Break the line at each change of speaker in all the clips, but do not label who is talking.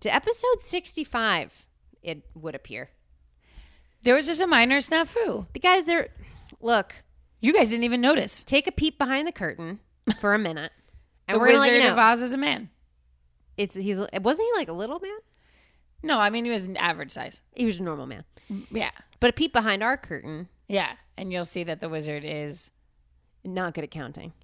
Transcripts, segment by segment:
to episode 65, it would appear.
There was just a minor snafu.
The guys, they're, look,
You guys didn't even notice.
take a peek behind the curtain for a minute. And
the
we're going to let you
Wizard of
know.
Oz is a man.
It's, he's, wasn't he like a little man?
No, I mean he was an average size.
He was a normal man.
Yeah,
But a peek behind our curtain,
yeah, and you'll see that the wizard is
not good at counting.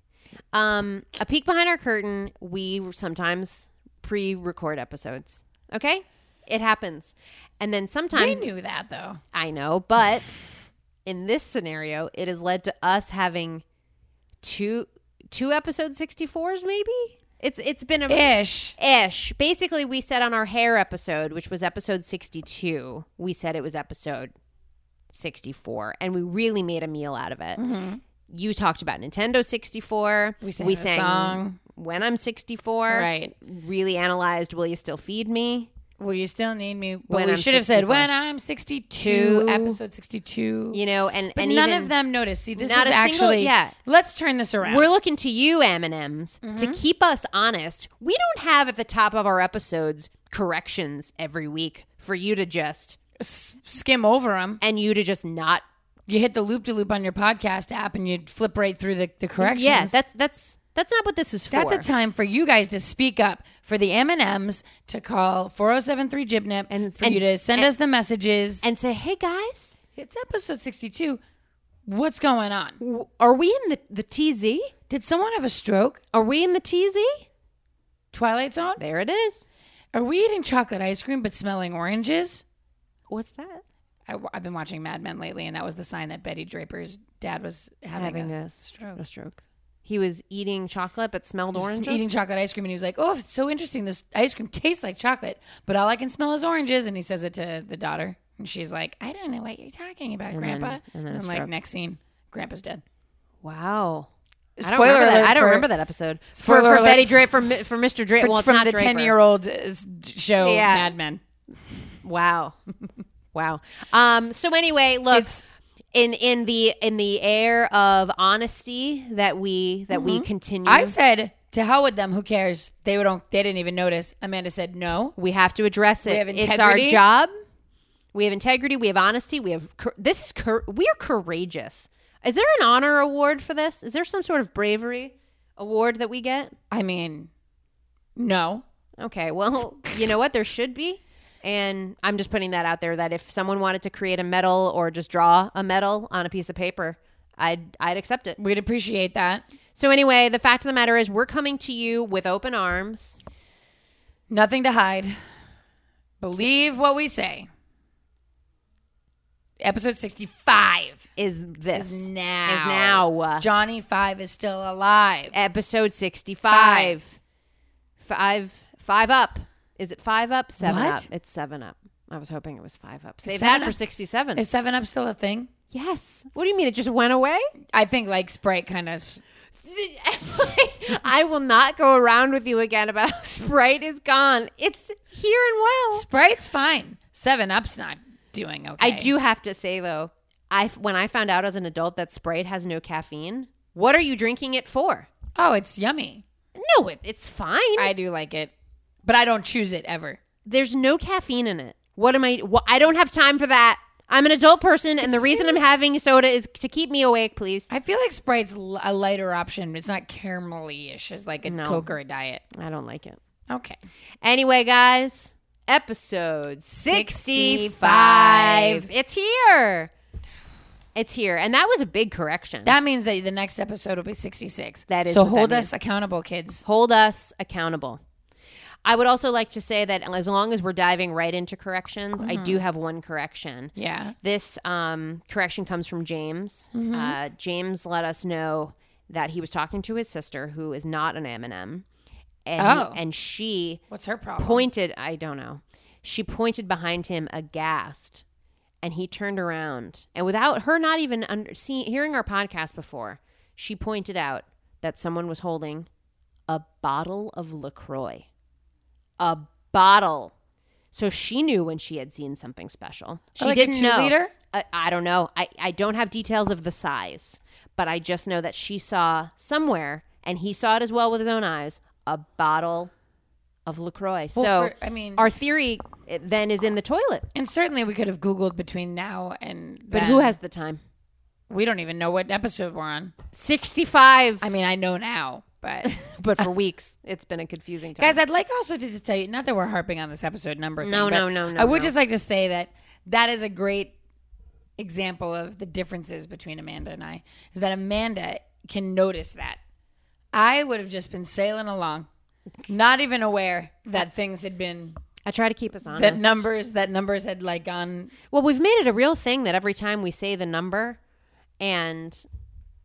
Um, a peek behind our curtain, we sometimes pre record episodes. Okay? It happens. And then sometimes.
I knew that though.
I know, but in this scenario, it has led to us having two two episode 64s maybe. It's it's been a
Ish.
ish. Basically, we said on our hair episode, which was episode 62, we said it was episode 64 and we really made a meal out of it. You talked about Nintendo 64.
Mm-hmm. We sang a song.
When I'm 64.
Right.
Really analyzed Will You Still Feed Me?
Well, you still need me. But
When
we
I'm
should have said
64.
when I'm 62,
Two.
episode 62.
You know, and
but
and
none
even,
of them noticed. See, this
not
is
a
actually.
single- yeah.
Let's turn this around.
We're looking to you, M&Ms, to
Mm-hmm.
keep us honest. We don't have at the top of our episodes corrections every week for you to just
S- skim over them.
and you to just not.
You hit the loop de loop on your podcast app, and you flip right through the, the corrections.
Yeah, that's that's that's not what this is for.
That's a time for you guys to speak up, for the M&Ms to call 4073 Jibnip,
And-
and for
and-
you to send us the messages.
and say, "Hey guys,
it's episode 62. What's going on?
w- are we in the the TZ?
Did someone have a stroke?
Are we in the TZ?
Twilight Zone?
There it is.
Are we eating chocolate ice cream but smelling oranges?
What's that?
I, have been watching Mad Men lately, and that was the sign that Betty Draper's dad was having,
Having
a,
a
stroke.
A stroke. He was eating chocolate but smelled
Just
oranges.
Eating chocolate ice cream, and he was like, "Oh, it's so interesting. This ice cream tastes like chocolate, but all I can smell is oranges." And he says it to the daughter, and she's like, "I don't know what you're talking about, Grandpa."
and
and
then
then,
a
like
stroke.
next scene, Grandpa's dead.
wow. I don't
Spoiler
remember that.
alert
I don't
for-
remember that episode. For,
Spoiler
for
alert
Betty Draper, for, Mi- for Mr. Draper,
It's
well, it's
from
not
the
Draper.
ten-year-old uh, show
Yeah.
Mad Men.
Wow. wow. Um so anyway, look in in the in the air of honesty that we that we continue
I said to hell with them. Who cares? They don't. They didn't even notice. Amanda said no.
we have to address it.
have
it's our
integrity.
job. We have integrity, we have honesty, we have cour- this is cour- we are courageous. Is there an honor award for this? Is there some sort of bravery award that we get?
I mean, no.
Okay, well, you know what? There should be. And I'm just putting that out there that if someone wanted to create a medal or just draw a medal on a piece of paper, I'd I'd accept it.
We'd appreciate that.
So anyway, the fact of the matter is we're coming to you with open arms.
Nothing to hide. Believe what we say. Episode 65
Is this
is now.
Is now.
Johnny 5 is still alive.
episode 65. Five five up. Is it 5 up? 7
What?
up. It's 7 up. I was hoping it was 5 up. Save
Seven
that for
Up?
67.
Is 7 Up still a thing?
yes. What do you mean it just went away?
I think like Sprite kind of.
I will not go around with you again about how Sprite is gone. It's here and well.
Sprite's fine. 7 Up's not doing okay.
I do have to say though, I when I found out as an adult that Sprite has no caffeine, what are you drinking it for?
Oh, it's yummy.
No, it, it's fine.
I do like it, but I don't choose it ever.
There's no caffeine in it. What am I? wh- I don't have time for that. I'm an adult person, and the reason I'm
seems-
having soda is to keep me awake, please.
I feel like Sprite's l- a lighter option. It's not caramelly ish as like a Coke or a diet.
I don't like it.
Okay.
Anyway, guys, episode 65.
65.
It's here. It's here. And that was a big correction.
That means that the next episode will be 66.
That is
So
what that
hold
means.
us accountable, kids.
Hold us accountable. I would also like to say that as long as we're diving right into corrections, I do have one correction.
Yeah.
This um, correction comes from James. Uh, James let us know that he was talking to his sister, who is not an M&M, and
Oh.
and she
What's her problem?
pointed i don't know she pointed behind him aghast and he turned around and without her not even under, see, hearing our podcast before she pointed out that someone was holding a bottle of lacroix a bottle so she knew when she had seen something special she
like a
didn't know
cheerleader?
I, I don't know I, I don't have details of the size but i just know that she saw somewhere and he saw it as well with his own eyes a bottle of LaCroix.
Well,
so
for- I mean,
our theory eh, then is in the toilet.
and certainly we could have Googled between now and.
But
then.
who has the time?
We don't even know what episode we're on.
65.
I mean, I know now, but
but for weeks, it's been a confusing time.
guys, I'd like also to just tell you, not that we're harping on this episode number. Thing,
No,
but
no, no, no,
I would
no.
just like to say that that is a great example of the differences between Amanda and I. Is that Amanda can notice that I would have just been sailing along, not even aware that things had been
I try to keep us honest.
that numbers that numbers had like gone
well, we've made it a real thing that every time we say the number and.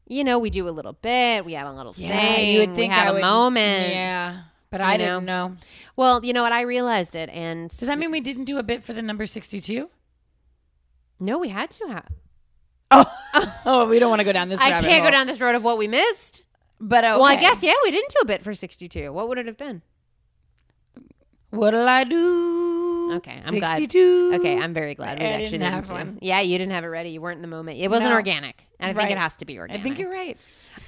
You know, we do a little bit. We have a little thing.
you would think
we have
I
a
would-
moment.
Yeah, but I
you
didn't know.
Well, you know what? I realized it, and
Does that mean we didn't do a bit for the number sixty-two?
no, we had to have.
Oh, oh, we don't want to go down this.
I
rabbit
can't go
hole.
down this road of what we missed.
But okay.
Well, I guess yeah, we didn't do a bit for sixty-two. What would it have been?
What'll I do?
Okay, I'm glad.
62.
Okay, I'm very glad we
I
actually
didn't
didn't,
have
do-
one.
Yeah, you didn't have it ready. You weren't in the moment. It wasn't
No.
organic, and I think
Right.
it has to be
I
organic.
think you're right.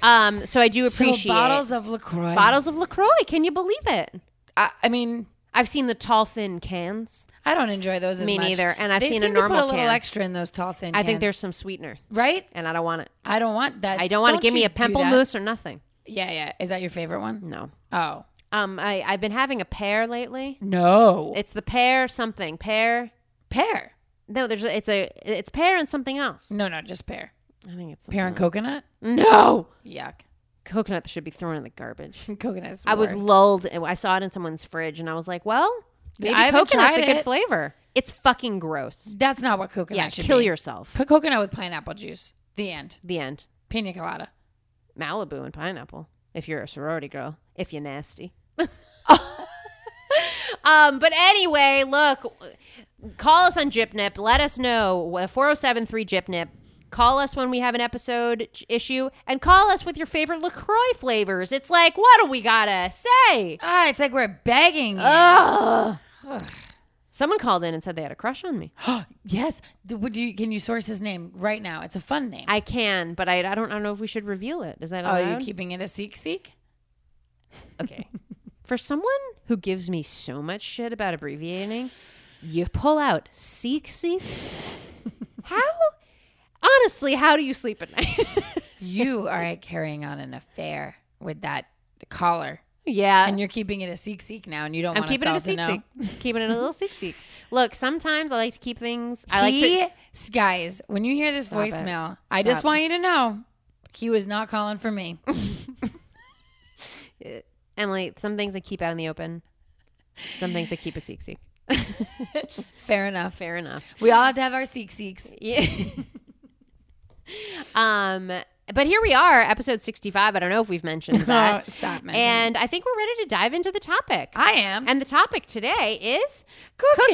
Um, so I do appreciate
So bottles of Lacroix.
bottles of Lacroix. Can you believe it?
I, I mean,
I've seen the tall thin cans.
I don't enjoy those as
Me
much.
neither, and I've
They
seen a
seem to
normal
put a little
can.
extra in those tall thin.
I think
cans.
there's some sweetener,
right.
and I don't want it.
I don't want that.
I don't want to give me
you
a
do that.
pimple mousse or nothing.
Yeah, yeah. Is that your favorite one?
No.
Oh
Um, I I've been having a pear lately.
no,
It's the pear something pear.
pear.
No, there's a, it's a it's pear and something else.
No, no, just pear.
I think it's
Mm. Pear and coconut.
no
Yuck.
coconut that should be thrown in the garbage.
Coconut's.
I was
worse.
lulled. and I saw it in someone's fridge, and I was like, "Well, maybe
I haven't
coconut's a
tried
good
it.
flavor." It's fucking gross.
That's not what coconut
Yeah,
should
kill
be.
yourself.
Put coconut with pineapple juice. The end.
The end.
Pina colada.
Malibu and pineapple. If you're a sorority girl, if you're nasty. um, but anyway, look, call us on Gypnip. Let us know uh, 4073 Gypnip. Call us when we have an episode ch- issue and call us with your favorite LaCroix flavors. It's like, what do we gotta say?
Ah, it's like we're begging. you.
Ugh. Someone called in and said they had a crush on me.
Yes. D- Would you? Can you source his name right now? It's a fun name.
I can, but I, I don't I don't know if we should reveal it. Is that
oh, you
allowed?
keeping it a seek seek?
okay. For someone who gives me so much shit about abbreviating, you pull out seek seek. how? Honestly, how do you sleep at night?
You are carrying on an affair with that caller,
yeah.
and you're keeping it a seek seek now, and you
Uh,
don't
I'm
want us
keeping
to
it a
also
seek
know.
seek. Keeping it a little seek seek. Look, sometimes I like to keep things. I like
he,
to.
guys, when you hear this
Stop it.
voicemail, I just
Stop.
want you to know he was not calling for me.
Emily, some things I keep out in the open, some things I keep a seek seek.
Fair enough.
Fair enough.
We all have to have our seek seeks.
Yeah. um, but here we are, episode 65. I don't know if we've mentioned
Oh,
that.
stop, man.
and I think we're ready to dive into the topic.
I am.
And the topic today is
Cooking.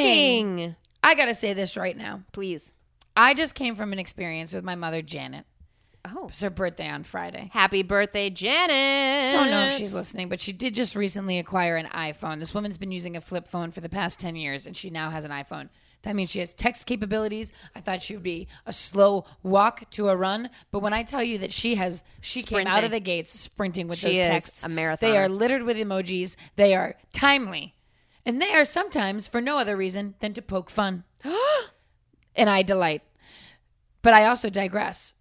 cooking.
I gotta say this right now.
Please.
I just came from an experience with my mother, Janet.
Oh.
It was her birthday on Friday.
Happy birthday, Janet.
I don't know if she's listening, but she did just recently acquire an iPhone. This woman's been using a flip phone for the past 10 years, and she now has an iPhone. That means she has text capabilities. I thought she would be a slow walk to a run, but when I tell you that she has, she came out
Sprinting.
of the gates sprinting with
She
those
is
texts.
a marathon.
They are littered with emojis. They are timely, and they are sometimes for no other reason than to poke fun. and I delight, but I also digress.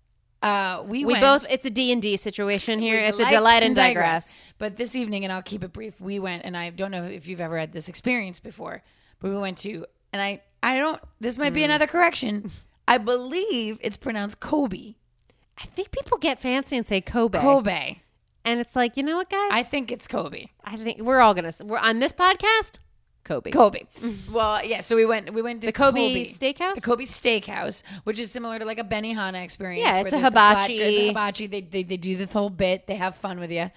Uh, we
We
went-
both, it's a D&D situation here.
we
It's a delight and digress.
But this evening, and I'll keep it brief, we went, and I don't know if you've ever had this experience before, but we went to, and I, I don't, this might be
Mm.
another correction. I believe it's pronounced Kobe.
I think people get fancy and say Kobe.
Kobe.
And it's like, you know what, guys?
I think it's Kobe.
I think we're all going to, we're on this podcast, Kobe.
Kobe. well, yeah. So we went. We went to the
Kobe Steakhouse?
The Kobe Steakhouse, which is similar to like a Benihana experience.
Yeah, it's a
there's the flat-
hibachi.
it's a hibachi. They, they they do this whole bit. They have fun with you.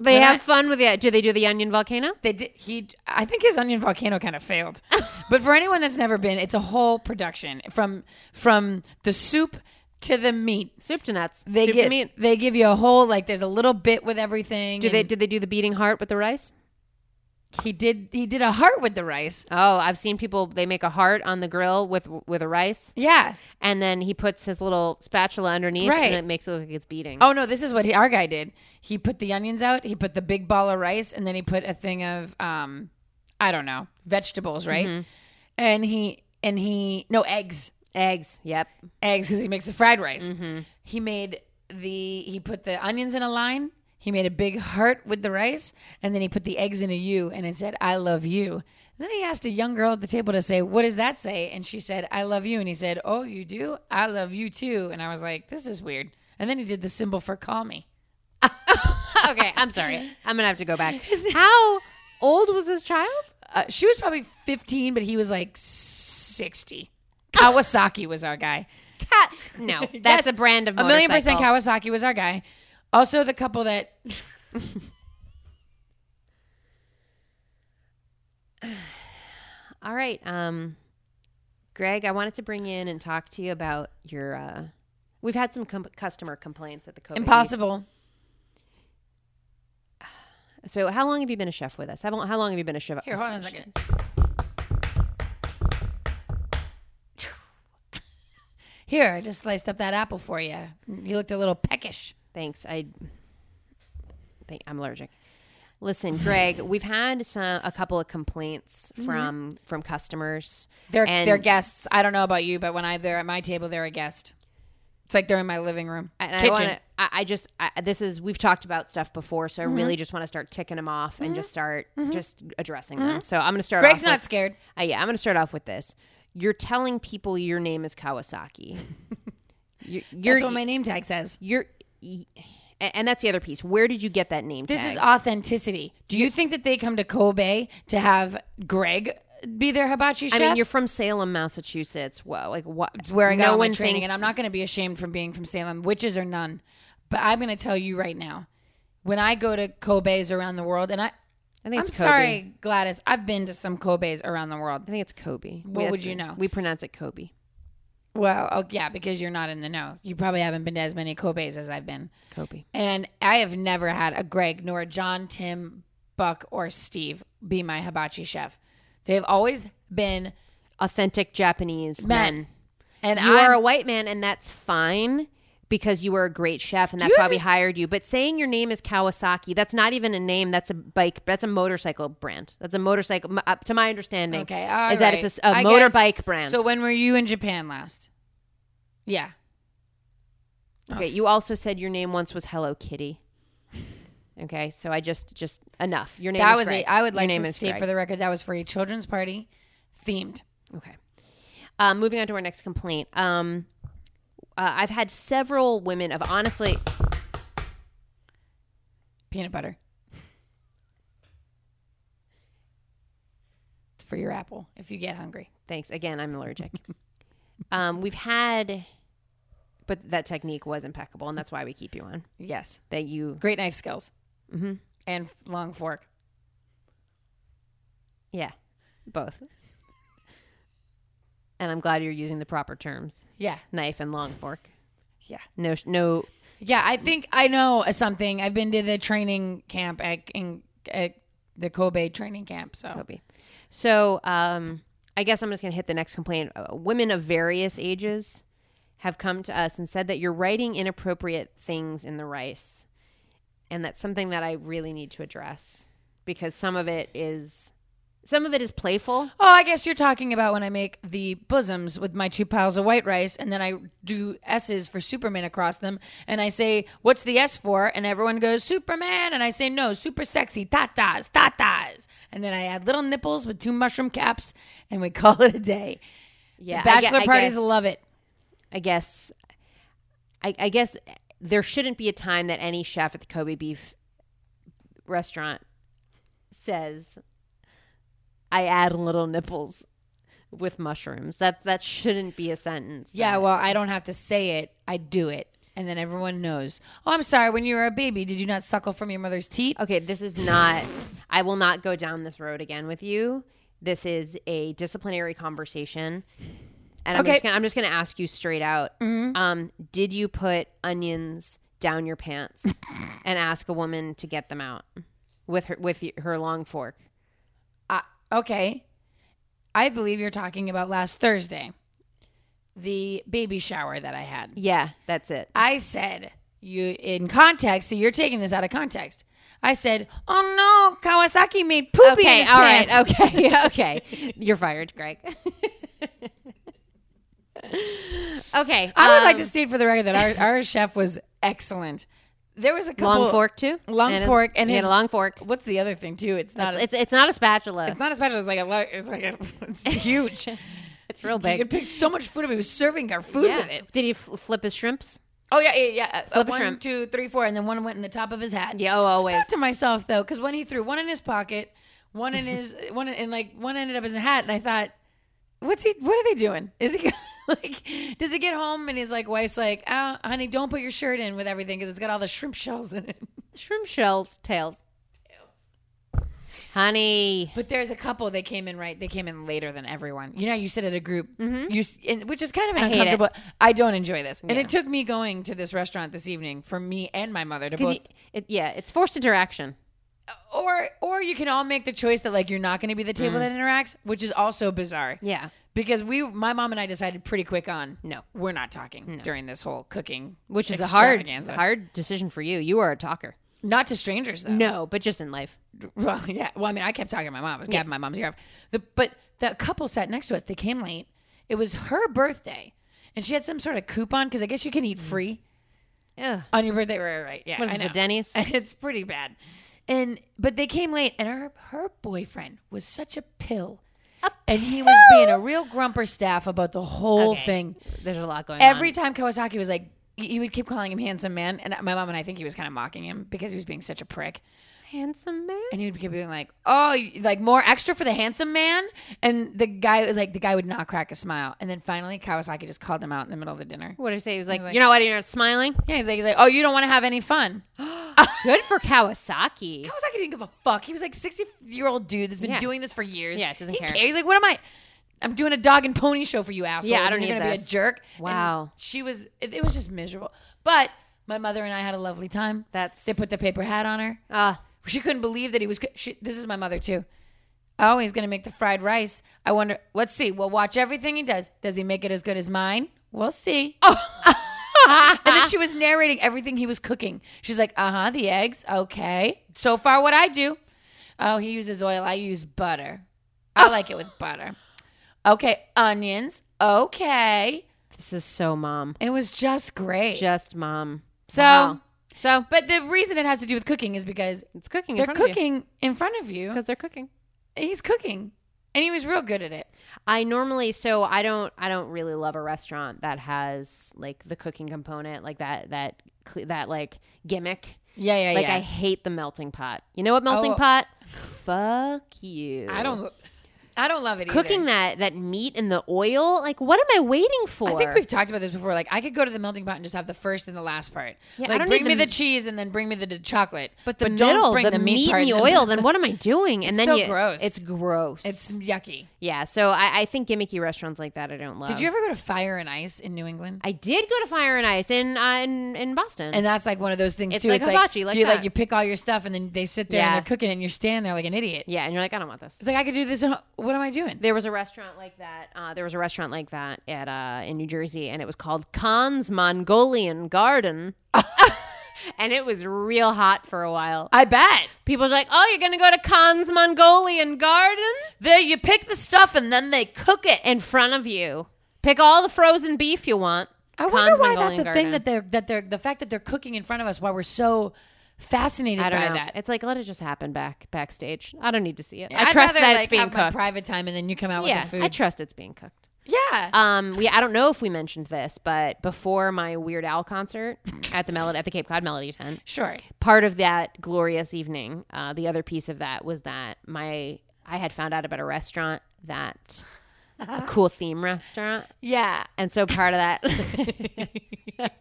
They
When I-
have fun with it. Do they do the onion volcano?
They did. He, I think his onion volcano kind of failed. but for anyone that's never been, it's a whole production from from the soup to the meat.
Soup to nuts.
They
Soup
give
to meat.
they give you a whole like. There's a little bit with everything.
Do they
and
did they do the beating heart with the rice?
He did. He did a heart with the rice.
Oh, I've seen people they make a heart on the grill with with a rice,
Yeah.
and then he puts his little spatula underneath,
Right.
and it makes it look like it's beating.
Oh no, this is what he, our guy did. He put the onions out. He put the big ball of rice, and then he put a thing of um, I don't know, vegetables, right?
Mm-hmm.
And he and he no eggs.
Eggs. Yep.
eggs because he makes the fried rice.
Mm-hmm.
He made the he put the onions in a line. He made a big heart with the rice, and then he put the eggs in a U, and it said "I love you." Then he asked a young girl at the table to say, "What does that say?" And she said, "I love you." And he said, "Oh, you do? I love you too." And I was like, "This is weird." And then he did the symbol for "Call me."
okay, I'm sorry. I'm gonna have to go back. How old was this child?
Uh, she was probably 15, but he was like 60. Kawasaki was our guy.
Cat. No, that's
Yes.
a brand of
A million percent
motorcycle.
Kawasaki was our guy. Also, the couple that
All right, um, Greg, I wanted to bring in and talk to you about your. Uh, we've had some com- customer complaints at the COVID.
impossible.
So, how long have you been a chef with us? How long, how long have you been a chef?
Here, hold on a second. Here, I just sliced up that apple for you. You looked a little peckish.
Thanks. I think I'm allergic. Listen, Greg, we've had some, a couple of complaints from from customers.
Mm-hmm. They're
and
they're guests. I don't know about you, but when I they're at my table, they're a guest. It's like they're in my living room,
and
kitchen.
I, wanna, I, I just I, this is we've talked about stuff before, so
Mm-hmm.
I really just want to start ticking them off and just start just addressing them. So I'm going to start.
Mm-hmm. Greg's
off
not
With,
scared.
uh, yeah, I'm going to start off with this. You're telling people your name is Kawasaki. you're, you're,
That's what my name tag says.
you're, y- a- and that's the other piece. Where did you get that name?
This
tag?
is authenticity. Do you think that they come to Kobe to have Greg be their hibachi chef?
I mean, you're from Salem, Massachusetts. Whoa, like what?
where I got all my training, and I'm not going to be ashamed from being from Salem, witches or none. But I'm going to tell you right now, when I go to Kobe's around the world, and I,
I
I'm
think it's Kobe.
sorry, Gladys, I've been to some Kobe's around the world.
I think it's Kobe.
What
We-
would you know?
We pronounce it Kobe.
Well, oh, yeah, because you're not in the know. You probably haven't been to as many Kobe's as I've been.
Kobe.
And I have never had a Greg nor a John, Tim, Buck, or Steve be my hibachi chef. They've always been,
Authentic Japanese
Men.
men.
and
you
I'm-
are a white man and that's fine because you were a great chef and that's why we hired you but saying your name is kawasaki that's not even a name that's a bike that's a motorcycle brand that's a motorcycle m- up to my understanding
Okay, all
is that
right.
it's a,
I
a
guess-
motorbike brand
So when were you in Japan last? Yeah. Oh.
okay you also said your name once was hello kitty okay so i just just enough your name
that
is
was
Greg.
a, I would
Your
like
name
to
is
state
Greg.
for the record that was for a children's party, themed.
Okay. Um, moving on to our next complaint. Um, uh, I've had several women of honestly.
Peanut butter. It's for your apple if you get hungry.
Thanks again. I'm allergic. um, we've had, but that technique was impeccable, and that's why we keep you on.
Yes.
That you,
Great knife skills. Mm-hmm. And f- long fork.
yeah, both. and I'm glad you're using the proper terms:
Yeah.
knife and long fork.
Yeah.
No, sh- no.
Yeah. I think I know something. I've been to the training camp at, in, at the Kobe training camp. So
Kobe. So um, I guess I'm just going to hit the next complaint. Uh, women of various ages have come to us and said that you're writing inappropriate things in the rice. And that's something that I really need to address because some of it is some of it is playful.
Oh, I guess you're talking about when I make the bosoms with my two piles of white rice, and then I do S's for Superman across them, and I say, "What's the S for?" And everyone goes, "Superman," and I say, "No, super sexy tatas, tatas." And then I add little nipples with two mushroom caps, and we call it a day.
Yeah. I gue-
Bachelor
I
parties
guess-
love it.
I guess, I, I guess there shouldn't be a time that any chef at the Kobe Beef restaurant says, "I add little nipples with mushrooms." That that shouldn't be a sentence.
Yeah,
That-
well, I don't have to say it; I do it. and then everyone knows. Oh, I'm sorry. When you were a baby, did you not suckle from your mother's teat?
Okay, this is not. I will not go down this road again with you. This is a disciplinary conversation, and I'm
Okay. Mm-hmm.
just gonna, I'm just going to ask you straight out. Um, did you put onions down your pants and ask a woman to get them out with her with y- her long fork?
Uh, okay. I believe you're talking about last Thursday, the baby shower that I had.
Yeah, that's it.
I said, you in context, so you're taking this out of context. I said, oh no, Kawasaki made poopy in
Okay,
his
all right,
pants.
okay, okay. You're fired, Greg. okay,
I would like
um,
to state for the record that our, our chef was excellent. There was a couple
long fork too.
long
And his-
fork and
he had
his-
a long fork.
What's the other thing too? It's not a,
It's it's not a spatula.
it's not a special. It's like a lo- it's like a it's huge.
It's real
You could
big.
pick so much food up. He was serving our food
Yeah.
with it.
Did he f- flip his shrimps?
Oh yeah, yeah, yeah. Uh,
Flip a
one,
shrimp.
two, three, four, and then one went in the top of his hat.
Yeah, oh, always.
Thought to myself though, because when he threw one in his pocket, one in his one, in- and like one ended up as a hat, and I thought, what's he? What are they doing? Is he like? Does he get home and his like wife's like, oh, honey, don't put your shirt in with everything because it's got all the shrimp shells in it.
Shrimp shells, tails. Honey.
But there's a couple that came in right. They came in later than everyone. You know, you sit at a group, you s- and, which is kind of an
I hate it.
uncomfortable. Mm-hmm. I don't enjoy this, and it took me going to this restaurant this evening for me and my mother to
'Cause
both.
he- it, yeah, it's forced interaction.
or or you can all make the choice that like you're not going to be the table that interacts, which is also bizarre.
Yeah.
Because we, my mom and I decided pretty quick on
No.
we're not talking during this whole cooking,
Which is a hard,
extravaganza.
hard decision for you. You are a talker.
not to strangers though.
No, but just in life.
Well, yeah. Well, I mean, I kept talking to my mom. I was gabbing my mom's ear off. The, but the couple sat next to us. They came late. It was her birthday, and she had some sort of coupon because I guess you can eat free
Yeah.
on your birthday. Right, right, right. Yeah,
Mm. What is
I
this, a
know.
Denny's?
it's pretty bad. And but they came late, and her her boyfriend was such a pill, and he was being a real grumper staff about the whole
Okay.
thing.
There's a lot going
Every
on.
time Kawasaki was like, he he would keep calling him handsome man, and my mom and I think he was kind of mocking him because he was being such a prick
Handsome man.
and he would keep being like, "Oh, you- like more extra for the handsome man," and the guy was like, the guy would not crack a smile, and then finally Kawasaki just called him out in the middle of the dinner.
What did I say? He was like, you know what? You're not smiling.
Yeah, he's like, he's like, "Oh, you don't want to have any fun."
Good for Kawasaki.
Kawasaki didn't give a fuck. He was like sixty year old dude that's been
Yeah.
doing this for years.
Yeah, it doesn't
He
care.
cares. He's like, "What am I?" I'm doing a dog and pony show for you assholes.
Yeah, I don't
and you're
need
gonna be
this.
a jerk. And
Wow.
she was. It, it was just miserable. But my mother and I had a lovely time.
That's-
they put the paper hat on her.
Uh,
She couldn't believe that he was. She, this is my mother too. Oh, he's gonna make the fried rice. I wonder. Let's see. We'll watch everything he does. Does he make it as good as mine? We'll see. and then she was narrating everything he was cooking. She's like, "Uh huh, the eggs. Okay. So far, what I do. Oh, he uses oil. I use butter. I like it with butter. Okay, onions. Okay.
this is so mom.
It was just great.
Just mom.
so,
Wow. So
but the reason it has to do with cooking is because
it's cooking.
they're cooking in front of you
because they're cooking.
he's cooking and he was real good at it
I normally so I don't I don't really love a restaurant that has like the cooking component like that that cl- that like gimmick.
yeah yeah
Like I hate the melting pot. You know what melting
Oh.
pot? Fuck you.
I, don't i don't love it
cooking that
either.
that meat in the oil. Like what am I waiting for?
I think we've talked about this before. Like, I could go to the melting pot and just have the first and the last part.
Yeah, I
like,
don't
bring
need
me
the-
the cheese and then bring me the, the chocolate.
but the
don't
middle,
bring
the, meat, and the oil. Then what am I doing? And then
It's so
you,
gross.
It's gross.
It's yucky.
yeah. So I, I think gimmicky restaurants like that I don't love.
Did you ever go to Fire and Ice in New England?
um, I did go to Fire and Ice in uh, in, in Boston.
and that's like one of those things
It's
too.
like hibachi, like
you
that.
like you pick all your stuff and then they sit there
Yeah.
and they're cooking and you're standing there like an idiot.
yeah, and you're like, I don't want this.
It's like I could do this. At home. What am I doing?
There was a restaurant like that. Uh, there was a restaurant like that at uh, in New Jersey, and it was called Khan's Mongolian Garden. and it was real hot for a while.
I bet.
People were like, "Oh, you're gonna go to Khan's Mongolian Garden
There, you pick the stuff and then they cook it.
in front of you. Pick all the frozen beef you want."
I wonder
Khan's
why
Mongolian
that's a
Garden.
thing that they're that they're the fact that they're cooking in front of us why we're so fascinated
I don't
by
know.
that.
It's like let it just happen back backstage. I don't need to see it. I
I'd
trust
rather,
that it's
like,
being
have my
cooked.
private time and then you come out
yeah,
with the food.
I trust it's being cooked.
yeah.
Um, we I don't know if we mentioned this, but before my Weird Al concert at the Melody at the Cape Cod Melody Tent,
sure.
part of that glorious evening, uh, the other piece of that was that my I had found out about a restaurant that a cool theme restaurant.
Yeah.
And so part of that,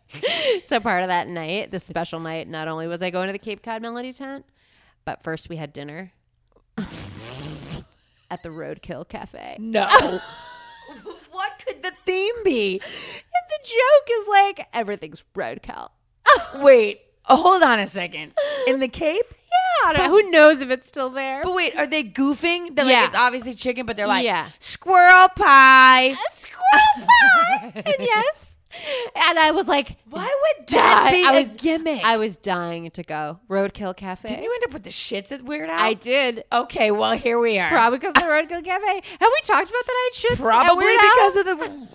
so part of that night, the special night, not only was I going to the Cape Cod Melody Tent, but first we had dinner at the Roadkill Cafe.
No.
Oh.
what could the theme be?
And the joke is like everything's roadkill.
Wait, oh, hold on a second. In the Cape? Yeah.
But who knows if it's still there?
But wait, are they goofing? They're
Yeah.
like, it's obviously chicken, but they're like,
Yeah.
squirrel pie.
a squirrel pie. and yes, and I was like,
Why would
I-
that be
I was-
a gimmick?
I was dying to go Roadkill Cafe.
Didn't you end up with the shits at Weird Al?
I did.
Okay, well, here we are.
Probably because of the Roadkill Cafe. Have we talked about that? I just
Probably because of the.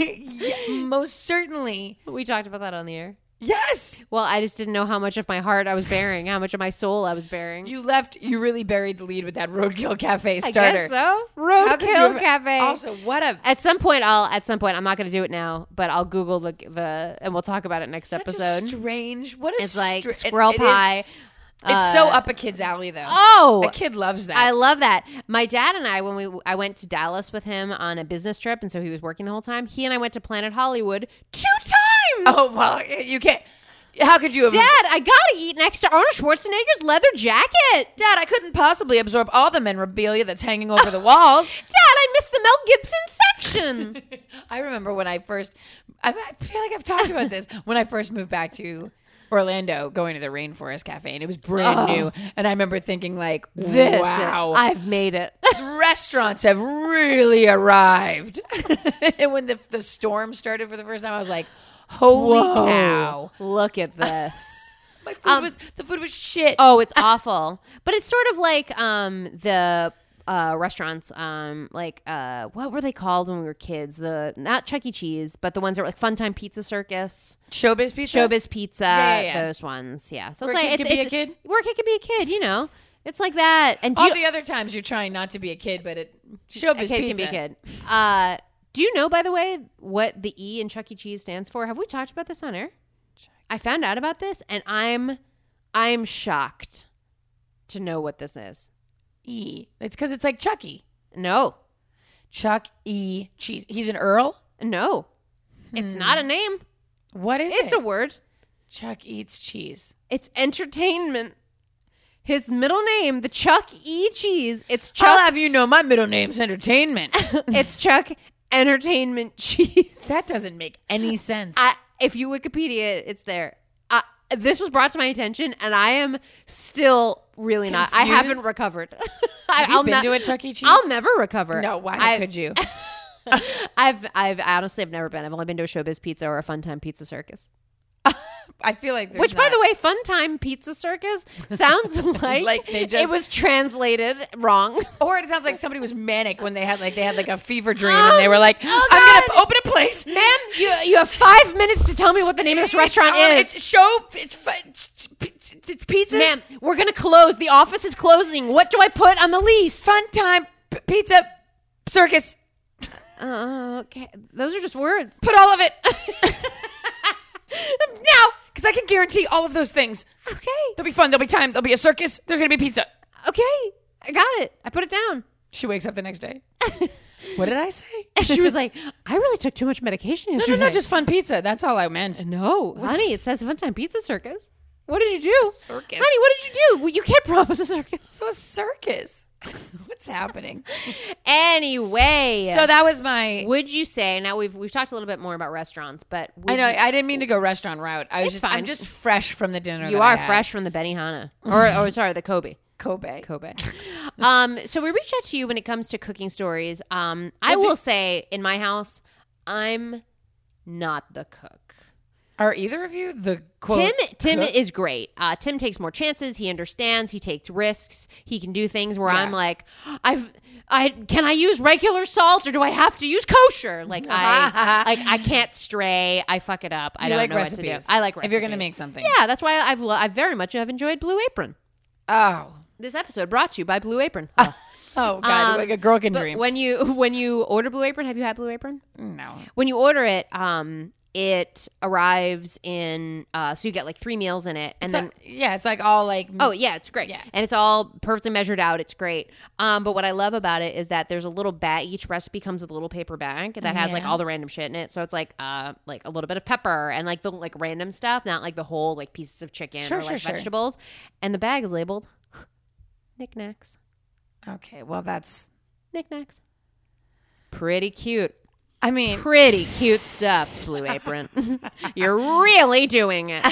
Yeah, most certainly.
we talked about that on the air.
Yes.
Well, I just didn't know how much of my heart I was bearing, how much of my soul I was bearing.
You left, you really buried the lead with that Roadkill Cafe
I
starter.
guess so.
How could you
Roadkill
have-
Cafe.
Also, what a
at some point, I'll. At some point, I'm not going to do it now, but I'll Google the the and we'll talk about it next
such a
episode.
strange. What a
it's like
stra- it-
squirrel
it is-
pie.
it's so
uh,
up a kid's alley, though.
Oh,
a kid loves that.
I love that. My dad and I, when we I went to Dallas with him on a business trip, and so he was working the whole time. He and I went to Planet Hollywood two times.
oh well, you can't. How could you have?
Dad, I gotta eat next to Arnold Schwarzenegger's leather jacket.
Dad, I couldn't possibly absorb all the memorabilia that's hanging over the walls.
Dad, I missed the Mel Gibson section.
I remember when I first, I, I feel like I've talked about this, when I first moved back to Orlando, going to the Rainforest Cafe, and it was brand
Uh-huh.
new. And I remember thinking, like,
this,
wow,
I've made it.
restaurants have really arrived. and when the, the storm started for the first time, I was like, holy
Oh.
cow.
Look at this.
My food
Um,
was, the food was shit.
Oh, it's awful. But it's sort of like um the uh restaurants um like uh what were they called when we were kids? The not Chuck E. Cheese, but the ones that were like Fun Time Pizza Circus,
Showbiz pizza?
Showbiz Pizza,
Yeah, yeah, yeah.
those ones. Yeah. So
Where
it's
a
like
kid
it's,
could be
it's-
a kid?
Where a kid could be a kid, you know. It's like that. And do
All
you,
the other times you're trying not to be a kid, but it
a
showbiz
kid
pizza.
can be a kid. Uh do you know by the way what the E in Chuck E. Cheese stands for? Have we talked about this on air? I found out about this and I'm I'm shocked to know what this is.
E. It's because it's like Chucky.
No.
Chuck E. Cheese. He's an Earl.
No. It's not a name.
What is
it's
it?
a word.
Chuck eats cheese.
It's entertainment. His middle name, the Chuck E. Cheese. It's
I'll
Chuck.
have you know my middle name's entertainment.
it's Chuck Entertainment Cheese.
that doesn't make any sense.
I, if you Wikipedia, it, it's there. I, this was brought to my attention, and I am still really not. I haven't
Confused?
recovered.
have you
I'll
been
not-
to a Chuck E. Cheese?
I'll never recover.
No, why
I-
could you?
I've, I've I honestly have never been. I've only been to a Showbiz Pizza or a Fun Time Pizza Circus.
I feel like there's
Which, by
not-
the way, Fun Time Pizza Circus sounds like,
Like they
it
just-
was translated wrong.
or it sounds like somebody was manic when they had like they had like a fever dream and they were like,
oh,
"I'm gonna open a place."
Ma'am, you, you have five minutes to tell me what the name of this restaurant
it's, on-
is.
It's show. It's fu- it's, it's, it's pizzas.
Ma'am, we're going to close. The office is closing. What do I put on the lease?
fun time p- pizza circus.
Uh, okay. Those are just words.
Put all of it now, because I can guarantee all of those things.
Okay.
There'll be fun. There'll be time. There'll be a circus. There's gonna be pizza.
Okay. I got it. I put it down.
She wakes up the next day. what did I say?
She was like, I really took too much medication
No,
yesterday.
no, no, just fun pizza. That's all I meant.
No, honey, it says Fun Time Pizza Circus. What did you do?
Circus.
Honey, what did you do? Well, You can't promise a circus.
So a circus. What's happening?
Anyway.
So that was my.
Would you say now we've we've talked a little bit more about restaurants, but would
I know.
you-
I didn't mean to go restaurant route. I was
It's
just.
fine.
I'm just fresh from the dinner.
you
that I
are
had.
fresh from the Benihana or or sorry the Kobe
Kobe.
Kobe. um, so we reached out to you when it comes to cooking stories. Um, I
Well, do-
will say in my house, I'm not the cook.
Are either of you the quote?
Tim Tim
cook?
is great. Uh, Tim takes more chances. He understands. He takes risks. He can do things where
Yeah.
I'm like, I've. I can I use regular salt or do I have to use kosher? Like I like I can't stray. I fuck it up. I
You
don't
like
know
recipes.
what to do. I like recipes.
If you're gonna make something.
Yeah, that's why I've lo- I very much have enjoyed Blue Apron.
Oh.
This episode brought to you by Blue Apron. Oh.
Oh God.
Um,
like a girl can
but
dream.
when you when you order Blue Apron, have you had Blue Apron?
no.
When you order it, um, It arrives in, uh, so you get like three meals in it, and
So-
then
yeah, it's like all like
Oh yeah, it's great.
Mm-hmm. Yeah.
And it's all perfectly measured out. It's great. Um, but what I love about it is that there's a little bag. Each recipe comes with a little paper bag that has like
Yeah.
all the random shit in it. So it's like uh like a little bit of pepper and like the like random stuff, not like the whole like pieces of chicken
Sure,
or like
sure, sure.
vegetables. And the bag is labeled knickknacks.
okay. Well, that's
Knickknacks. Pretty cute.
I mean
Pretty cute stuff, Blue Apron. You're really doing it.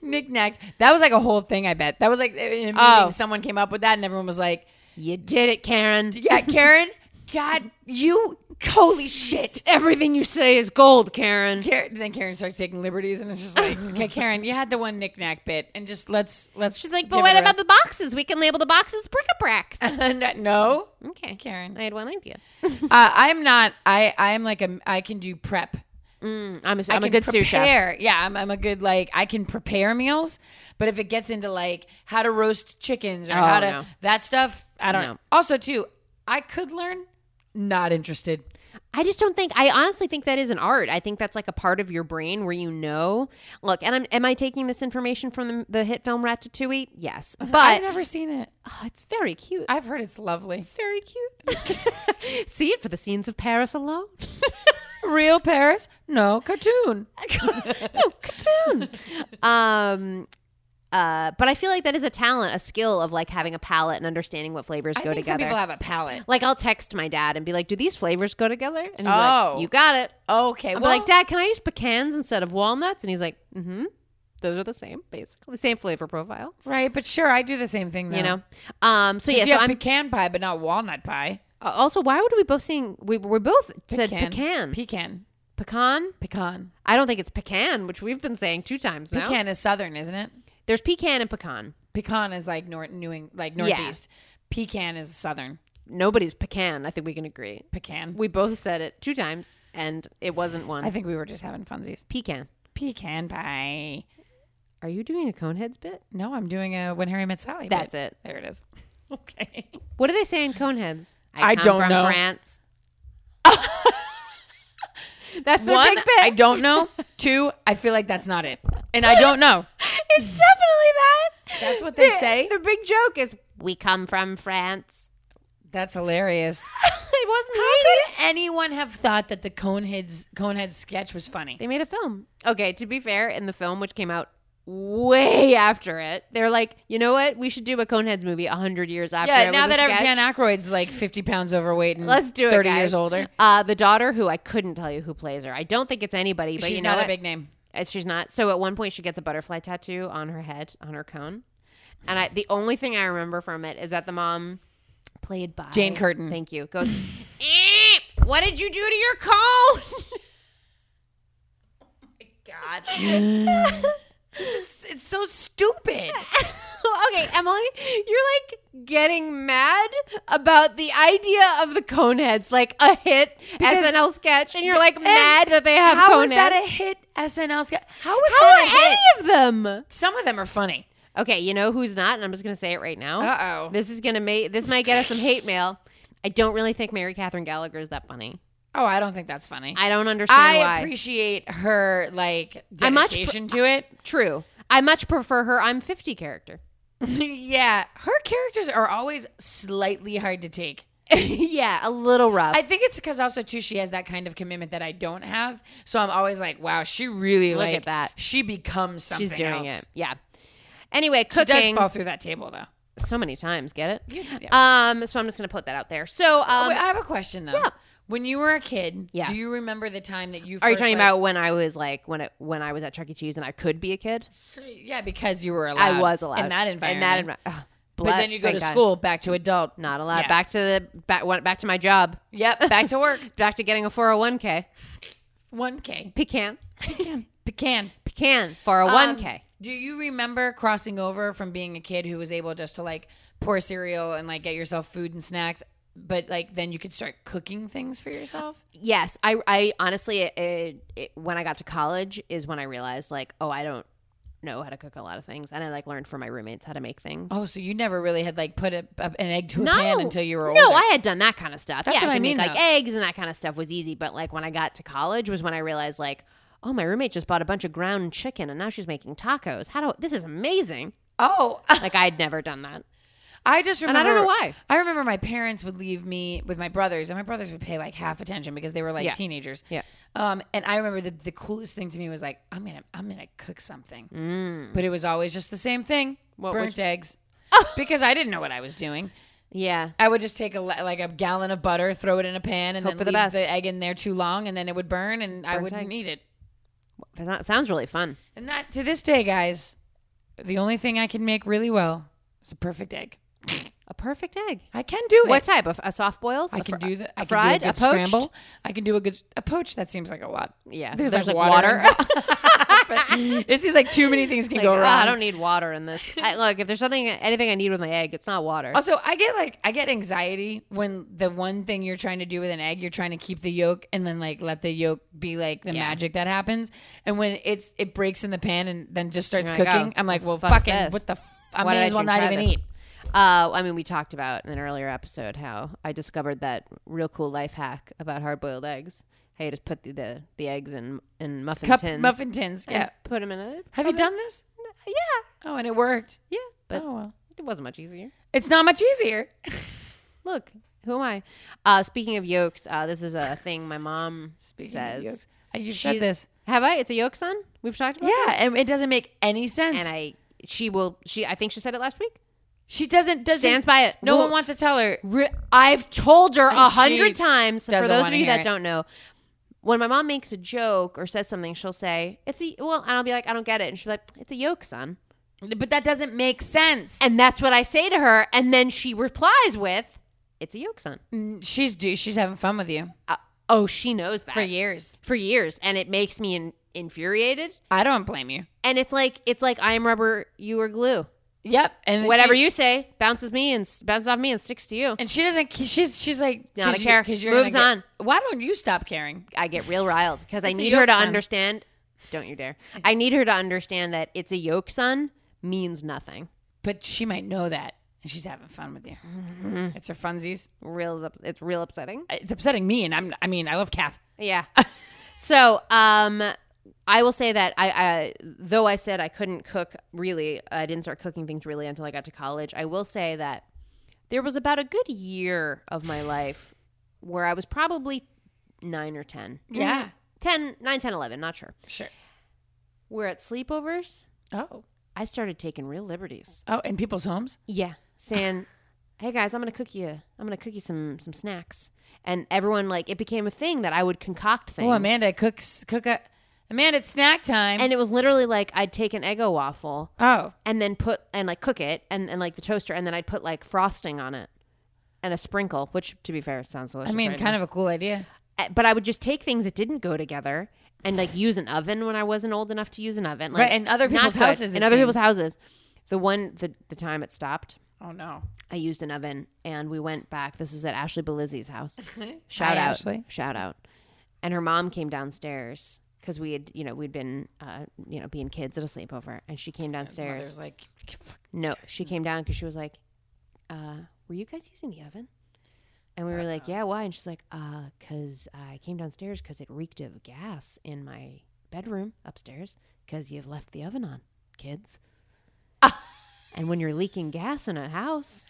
knickknacks. That was like a whole thing. I bet that was like in a meeting,
Oh.
someone came up with that, and everyone was like,
You did it, Karen.
"Yeah, Karen, God, you holy shit."
Everything you say is gold, Karen.
Karen, then Karen starts taking liberties, and it's just like, okay, Karen, you had the one knickknack bit, and just let's let's.
She's like, but what about the boxes? We can label the boxes bric-a-bracs.
the? no,
okay,
Karen.
I had one idea.
uh, I'm not. I I'm like a. I can do prep.
Mm, I'm a,
I
I'm a
can
good sous chef.
prepare. Yeah, I'm, I'm a good like I can prepare meals, but if it gets into like how to roast chickens or
Oh,
how to
no.
that stuff, I don't
No.
know. Also, too, I could learn. Not interested.
I just don't think. I honestly think that is an art. I think that's like a part of your brain where you know. Look, and I'm am I taking this information from the, the hit film Ratatouille? Yes,
I've
but
never seen it.
oh, it's very cute.
I've heard it's lovely. Very cute.
See it for the scenes of Paris alone.
Real Paris? No, cartoon.
no cartoon. um. Uh, but I feel like that is a talent, a skill of like having a palate and understanding what flavors
I
go
think
together.
some people have a palate.
Like I'll text my dad and be like, "Do these flavors go together?" And he's like,
Oh.
"You got it."
Okay,
I'm
well,
like, "Dad, can I use pecans instead of walnuts?" And he's like, "Mm-hmm. Those are the same, basically, same flavor profile."
right, but sure, I do the same thing. Though.
You know. Um. So yeah.
yeah,
So I'm
pecan pie, but not walnut pie.
also. Why would we both saying we we both said
Pecan.
pecan
Pecan,
pecan?
pecan,
I don't think it's pecan, which we've been saying two times now.
pecan is southern, isn't it?
There's pecan and pecan.
Pecan is like north, New Eng- like northeast. Pecan is southern.
Nobody's pecan. I think we can agree.
Pecan.
We both said it two times, and it wasn't one
I think we were just having funsies.
pecan.
Pecan pie.
Are you doing a coneheads bit?
No, I'm doing a when Harry met Sally. but
That's it.
There it is. Okay.
What do they say in Coneheads?
I
come
don't
from
know.
France. That's their
One,
big bit.
I don't know. Two, I feel like that's not it, and I don't know.
It's definitely that.
That's what they
The-
say?
The big joke is we come from France.
That's hilarious.
it wasn't
How
me.
could anyone have thought that the Coneheads Coneheads sketch was funny?
They made a film. Okay, to be fair, in the film which came out way after it, they're like, you know what? We should do a Coneheads movie hundred years after.
Yeah,
it was
now
a
that every-
sketch.
Dan Aykroyd's like 50 pounds overweight and
Let's do it.
30
guys.
years older.
Uh, the daughter, who I couldn't tell you who plays her. I don't think it's anybody, but
She's
you know
not
what?
a big name.
And Uh, she's not. So at one point, she gets a butterfly tattoo on her head, on her cone. And I, the only thing I remember from it is that the mom, played by
Jane Curtin.
thank you, goes, "Eh, What did you do to your cone?
God. it's so stupid.
okay, Emily, you're like getting mad about the idea of the Coneheads, like a hit SNL sketch, and you're like mad that they have
How
coneheads.
is that a hit SNL sketch? How is
How
that a
are
hit?
any of them?
Some of them are funny.
Okay, you know who's not, and I'm just gonna say it right now.
Uh oh.
This is gonna make this might get us some hate mail. I don't really think Mary Catherine Gallagher is that funny.
Oh, I don't think that's funny.
I don't understand
I,
why.
appreciate her like
I much
dedication to it.
True. I much prefer her I'm 50 character.
yeah, her characters are always slightly hard to take.
yeah, a little rough.
I think it's because also too she has that kind of commitment that I don't have. So I'm always like, wow, she really
Look at
like
that.
She becomes something.
She's doing
else.
it. Yeah. Anyway,
She
cooking
does fall through that table though.
so many times. Get it?
yeah. Oh,
Um. So I'm just gonna put that out there. So, um,
Wait, I have a question though.
yeah.
When you were a kid,
Yeah.
do you remember the time that you?
are you
first,
talking
like-
about when I was like when it when I was at Chuck E. Cheese and I could be a kid?
Yeah, because you were allowed.
I was allowed
in that environment.
In that environment. Ugh,
but
blood-
then you go
thank
to
God.
school, back to adult.
Not allowed.
Yeah.
Back to the back. Went back to my job.
Yep, back to work.
Back to getting a 401k.
One K
Pecan.
pecan.
Pecan. 401k.
Um, do you remember crossing over from being a kid who was able just to like pour cereal and like get yourself food and snacks, but like then you could start cooking things for yourself?
yes. I, I honestly, it, it, it, when I got to college is when I realized like, oh, I don't know how to cook a lot of things. And I like learned from my roommates how to make things.
Oh, so you never really had like put a, a- an egg to a
Not
pan
a-
until you were
no,
older.
I had done that kind of stuff.
That's
yeah,
what I
could make,
mean,
like
though.
eggs and that kind of stuff was easy. But like when I got to college was when I realized like, "Oh, my roommate just bought a bunch of ground chicken, and now she's making tacos. How do this is amazing?"
Oh,
Like I'd never done that.
I just
And
remember.
I don't know why.
I remember my parents would leave me with my brothers, and my brothers would pay like half attention because they were like
Yeah.
teenagers.
Yeah.
Um, and I remember the, the coolest thing to me was like, I'm gonna I'm gonna cook something, but it was always just the same thing:
Mm. What
burnt
would- Oh.
eggs. because I didn't know what I was doing.
Yeah,
I would just take a le- like a gallon of butter, throw it in a pan, and
Hope
then
for the
leave
best.
the egg in there too long, and then it would burn, and I
Burnt
wouldn't
eggs.
eat it.
But that sounds really fun.
And that to this day, guys, the only thing I can make really well is a perfect egg.
A perfect egg.
I can do it.
What type? A, a soft boiled?
I can do the
A
I
fried?
can do a good
a poached?
scramble. I can do a good a poach. That seems like a lot.
Yeah,
There's,
there's,
like,
like
water
water.
in But it seems like too many things can
Like,
go
"Ah,
wrong.
I don't need water in this. I, look, if there's something, anything I need with my egg, it's not water.
also, I get like I get anxiety when the one thing you're trying to do with an egg, you're trying to keep the yolk and then like let the yolk be like the magic that happens. And when it's it breaks in the pan and then just starts
You're like,
cooking,
"Oh,
I'm like, well,
fuck
fucking,
this.
what the? F- I
Why
may
did
as well
even
not
try
even
this?"
eat.
Uh, I mean, we talked about in an earlier episode how I discovered that real cool life hack about hard boiled eggs. How you just put the the, the eggs in in muffin
Cup
tins.
muffin tins.
and
Yeah.
put them in it.
Have you done this?
Yeah,
Oh, and it worked.
yeah, but
oh well,
it wasn't much easier.
it's not much easier.
Look, who am I? Uh, speaking of yolks, uh, this is a thing my mom
Speaking of
says.
yolks, uh, you
She's-
said this.
Have I? It's a yolk son. We've talked about.
Yeah, and it doesn't make any sense.
and I she will she I think she said it last week.
she doesn't doesn't
Stands by it.
No
Well,
one wants to tell her.
Re- I've told her a
And she
hundred times. For
doesn't
those of
wanna
you
hear
that
it.
don't know, when my mom makes a joke or says something, she'll say it's a well, and I'll be like, I don't get it, and she'll be like, it's a yolk, son,
But that doesn't make sense.
and that's what I say to her, and then she replies with, it's a yolk, son.
And Mm, she's do she's having fun with you
Uh, oh, she knows that
for years.
for years, and it makes me in- infuriated.
I don't blame you.
And it's like it's like I am rubber, you are glue.
Yep. And
Whatever
she-
you say bounces me and s- bounces off me and sticks to you.
and she doesn't. She's she's like
Not a
cause you-
care.
cause you're gonna
Moves
get-
on.
Why don't you stop caring?
I get real riled because I
It's a
need her
yolk
to
son.
understand. Don't you dare! I need her to understand that it's a yolk son means nothing.
But she might know that, and she's having fun with you.
Mm-hmm.
It's her funsies.
Real, is ups- it's real upsetting.
It's upsetting me, and I'm. I mean, I love Kath.
Yeah. so, um, I will say that I, I, though I said I couldn't cook really, I didn't start cooking things really until I got to college. I will say that there was about a good year of my life where I was probably nine or ten.
Yeah.
10, 9, 10, 11, not sure.
Sure.
Where at sleepovers,
Oh.
I started taking real liberties.
Oh, in people's homes.
Yeah, saying, "Hey guys, I'm gonna cook you. I'm gonna cook you some some snacks." And everyone like it became a thing that I would concoct things.
Oh, Amanda cooks cook a. Amanda, it's snack time.
And it was literally like I'd take an Eggo waffle
oh.
and then put and like cook it and and like the toaster and then I'd put like frosting on it and a sprinkle, which to be fair sounds
I
delicious.
mean, kind of a cool idea.
of. But I would just take things that didn't go together and like use an oven when I wasn't old enough to use an oven. Like,
Right, in other
not
people's
good.
houses, it
In other people's
seems.
houses, the one the the time it stopped.
Oh no.
I used an oven and we went back. This was at Ashley Belizzi's house. Shout
Hi,
out.
Ashley.
Shout out. And her mom came downstairs because we had, you know, we'd been, uh, you know, being kids at a sleepover. And she came downstairs.
Mother's like, "Fuck."
No, she came down because she was like, uh, were you guys using the oven? And we were like, yeah, why? And she's like, uh, because I came downstairs because it reeked of gas in my bedroom upstairs because you've left the oven on, kids. and when you're leaking gas in a house,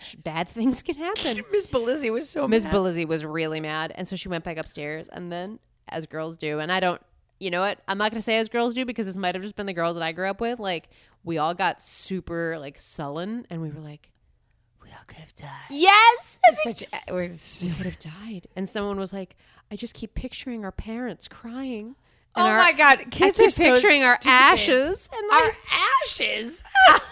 sh- bad things can happen.
Miss Belizzi was so
Ms.
mad.
Belizzi was really mad. And so she went back upstairs. And then, as girls do, and I don't, you know what? I'm not going to say as girls do because this might have just been the girls that I grew up with. Like, we all got super, like, sullen. And we were like,
we all could have died.
yes,
Such a- we're s-
we would have died. And someone was like, I just keep picturing our parents crying.
oh
And our,
my god,
I
kids are
keep
so
picturing our
stupid.
ashes and my
Our ashes.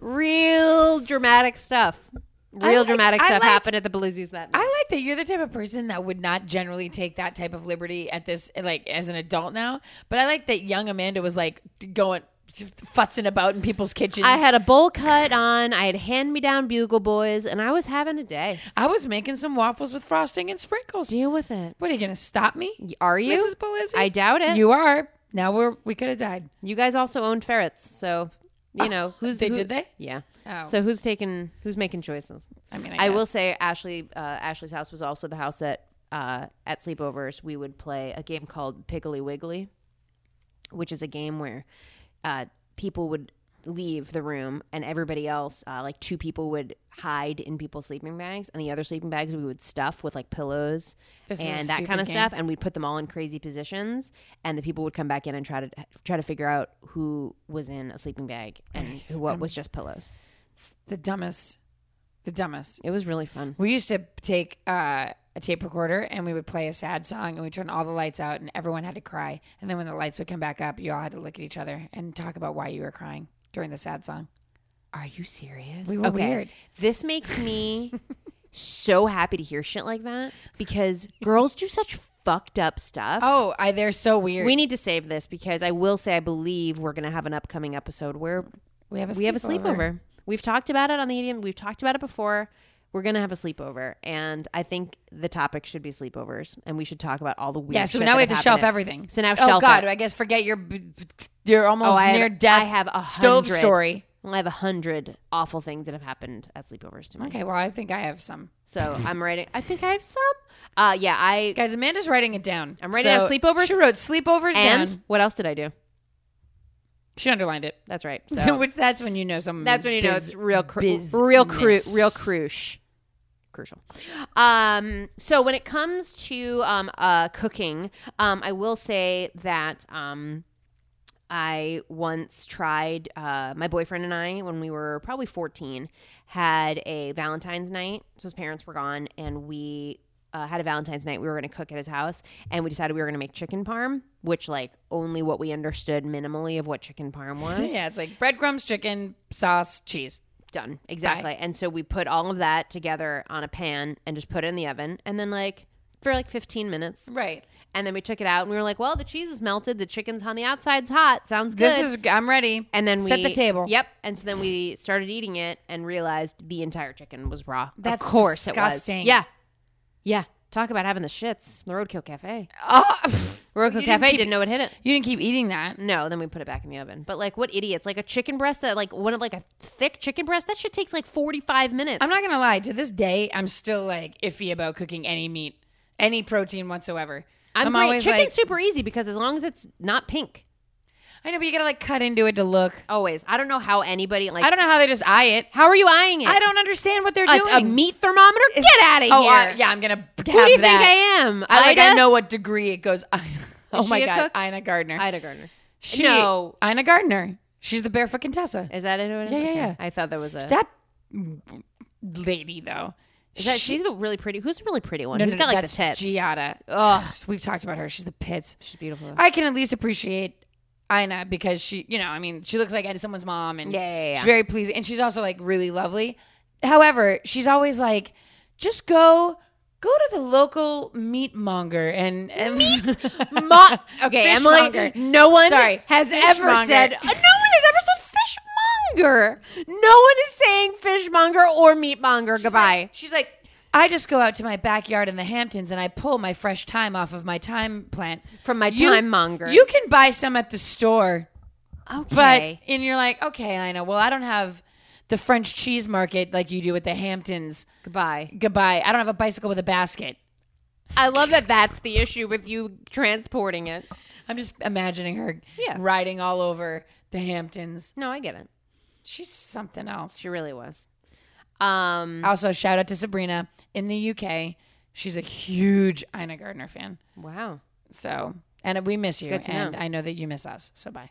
real dramatic stuff. Real
like-
dramatic
I
stuff
like-
happened at the Belizzi's that night.
I like that you're the type of person that would not generally take that type of liberty at this, like as an adult now. But I like that young Amanda was like going just futzing about in people's kitchens.
I had a bowl cut on. I had hand me down bugle boys, and I was having a day.
I was making some waffles with frosting and sprinkles.
Deal with it.
what are you gonna stop me?
Are you?
Mrs. Belizzi?
I doubt it. You,
You are. Now we're we could have died.
guys also owned ferrets, so you know who's
Oh, they
who-
did they?
Yeah.
Oh.
So who's taking? Who's making choices?
I mean, I,
I,
guess.
will say Ashley. Uh, Ashley's house was also the house that uh, at sleepovers, we would play a game called Piggly Wiggly, which is a game where uh, people would leave the room and everybody else, uh, like two people, would hide in people's sleeping bags, and the other sleeping bags we would stuff with like pillows
This is a
and that
stupid
kind of
game.
stuff, and we'd put them all in crazy positions, and the people would come back in and try to try to figure out who was in a sleeping bag and who, what was just pillows.
It's the dumbest. The dumbest.
It was really fun.
We used to take uh, a tape recorder and we would play a sad song and we turn all the lights out and everyone had to cry. And then when the lights would come back up, you all had to look at each other and talk about why you were crying during the sad song.
Are you serious?
We were weird.
This makes me so happy to hear shit like that because girls do such fucked up stuff.
Oh, I, they're so weird.
We need to save this because I will say I believe we're going to have an upcoming episode where
we have a
we have a sleepover. We've talked about it on the idiom. We've talked about it before. We're going to have a sleepover and I think the topic should be sleepovers and we should talk about all the weird
Yeah, so
shit
now we
that
have to shelf
happened.
everything.
So now
oh
shelf
God,
it.
I guess forget your your almost
Oh, I have-
near death.
I have a
stove
hundred.
story.
I have a hundred awful things that have happened at sleepovers to me.
Okay, well, I think I have some.
So I'm writing. I think I have some. Uh, yeah, I
Guys, Amanda's writing it down.
I'm writing down sleepovers.
She wrote sleepovers
and
down.
what else did I do?
She underlined it.
That's right.
So,
So
which that's when you know someone.
that's
is
when you know
Mm-hmm. biz-
it's real, cru-
business.
real, cru- real crush. Crucial. Um, so when it comes to um, uh, cooking, um, I will say that um, I once tried. Uh, my boyfriend and I, when we were probably fourteen, had a Valentine's night. So his parents were gone, and we uh, had a Valentine's night. We were going to cook at his house, and we decided we were going to make chicken parm, which like only what we understood minimally of what chicken parm was.
Yeah, it's like breadcrumbs, chicken, sauce, cheese.
done exactly and so we put all of that together on a pan and just put it in the oven and then like for like 15 minutes
Right.
and then we took it out and we were like well the cheese is melted the chicken's on the outside's hot sounds good
This is I'm ready.
and then we
set the table.
yep and so then we started eating it and realized the entire chicken was raw
That's
of course it
disgusting.
was yeah yeah talk about having the shits the roadkill cafe
Oh,
roadkill
didn't
cafe
keep-
didn't Mm. know what hit it
you didn't keep eating that.
no, then we put it back in the oven. But like, what idiots? Like a chicken breast that, like one of like a thick chicken breast that should takes like forty five minutes.
I'm not gonna lie. To this day, I'm still like iffy about cooking any meat, any protein whatsoever.
I'm,
I'm,
great.
always
Chicken's
like,
super easy because as long as it's not pink,
I know, but you gotta like cut into it to look.
always. I don't know how anybody like.
I don't know how they just eye it.
how are you eyeing it?
I don't understand what they're doing.
A, a meat thermometer?
Is-
Get out of
oh,
here!
I- yeah, I'm gonna have
Who do you think
that.
I am?
I like. I
Ida?
know what degree it goes. oh
Is
my
she a
god,
cook?
Ina Gardner.
Ida Gardner.
she,
No.
Ina Gardner. She's the barefoot Contessa.
Is that it?
Yeah, yeah,
Okay.
yeah.
I thought that was a.
That lady, though.
is that
she-
she's the really pretty? Who's the really pretty one?
no,
Who's
no,
got
no,
like the
that's
tits?
Giada. Ugh, we've talked about her. She's the pits.
She's beautiful.
I can at least appreciate Ina because she, you know, I mean, she looks like someone's mom and
Yeah, yeah, yeah.
she's very pleasing. And she's also like really lovely. However, she's always like, just go. Go to the local meat monger and, and meat
Mo- okay,
Fishmonger.
Emily. No one
Sorry,
has ever
fishmonger.
said. No one has ever said fishmonger. No one is saying fishmonger or meatmonger. Goodbye.
She's like, I just go out to my backyard in the Hamptons and I pull my fresh thyme off of my thyme plant
From my
You-
time monger.
You can buy some at the store, but
okay.
and you're like, okay, I know. Well, I don't have the French cheese market like you do at the Hamptons.
Goodbye.
Goodbye. I don't have a bicycle with a basket.
I love that that's the issue with you transporting it.
I'm just imagining her
Yeah.
riding all over the Hamptons.
No, I get it.
She's something else.
She really was. Um
Also, shout out to Sabrina in the UK. She's a huge Ina Gardner fan.
wow.
So, and we miss you.
Good to
and
know.
I know that you miss us. So, bye.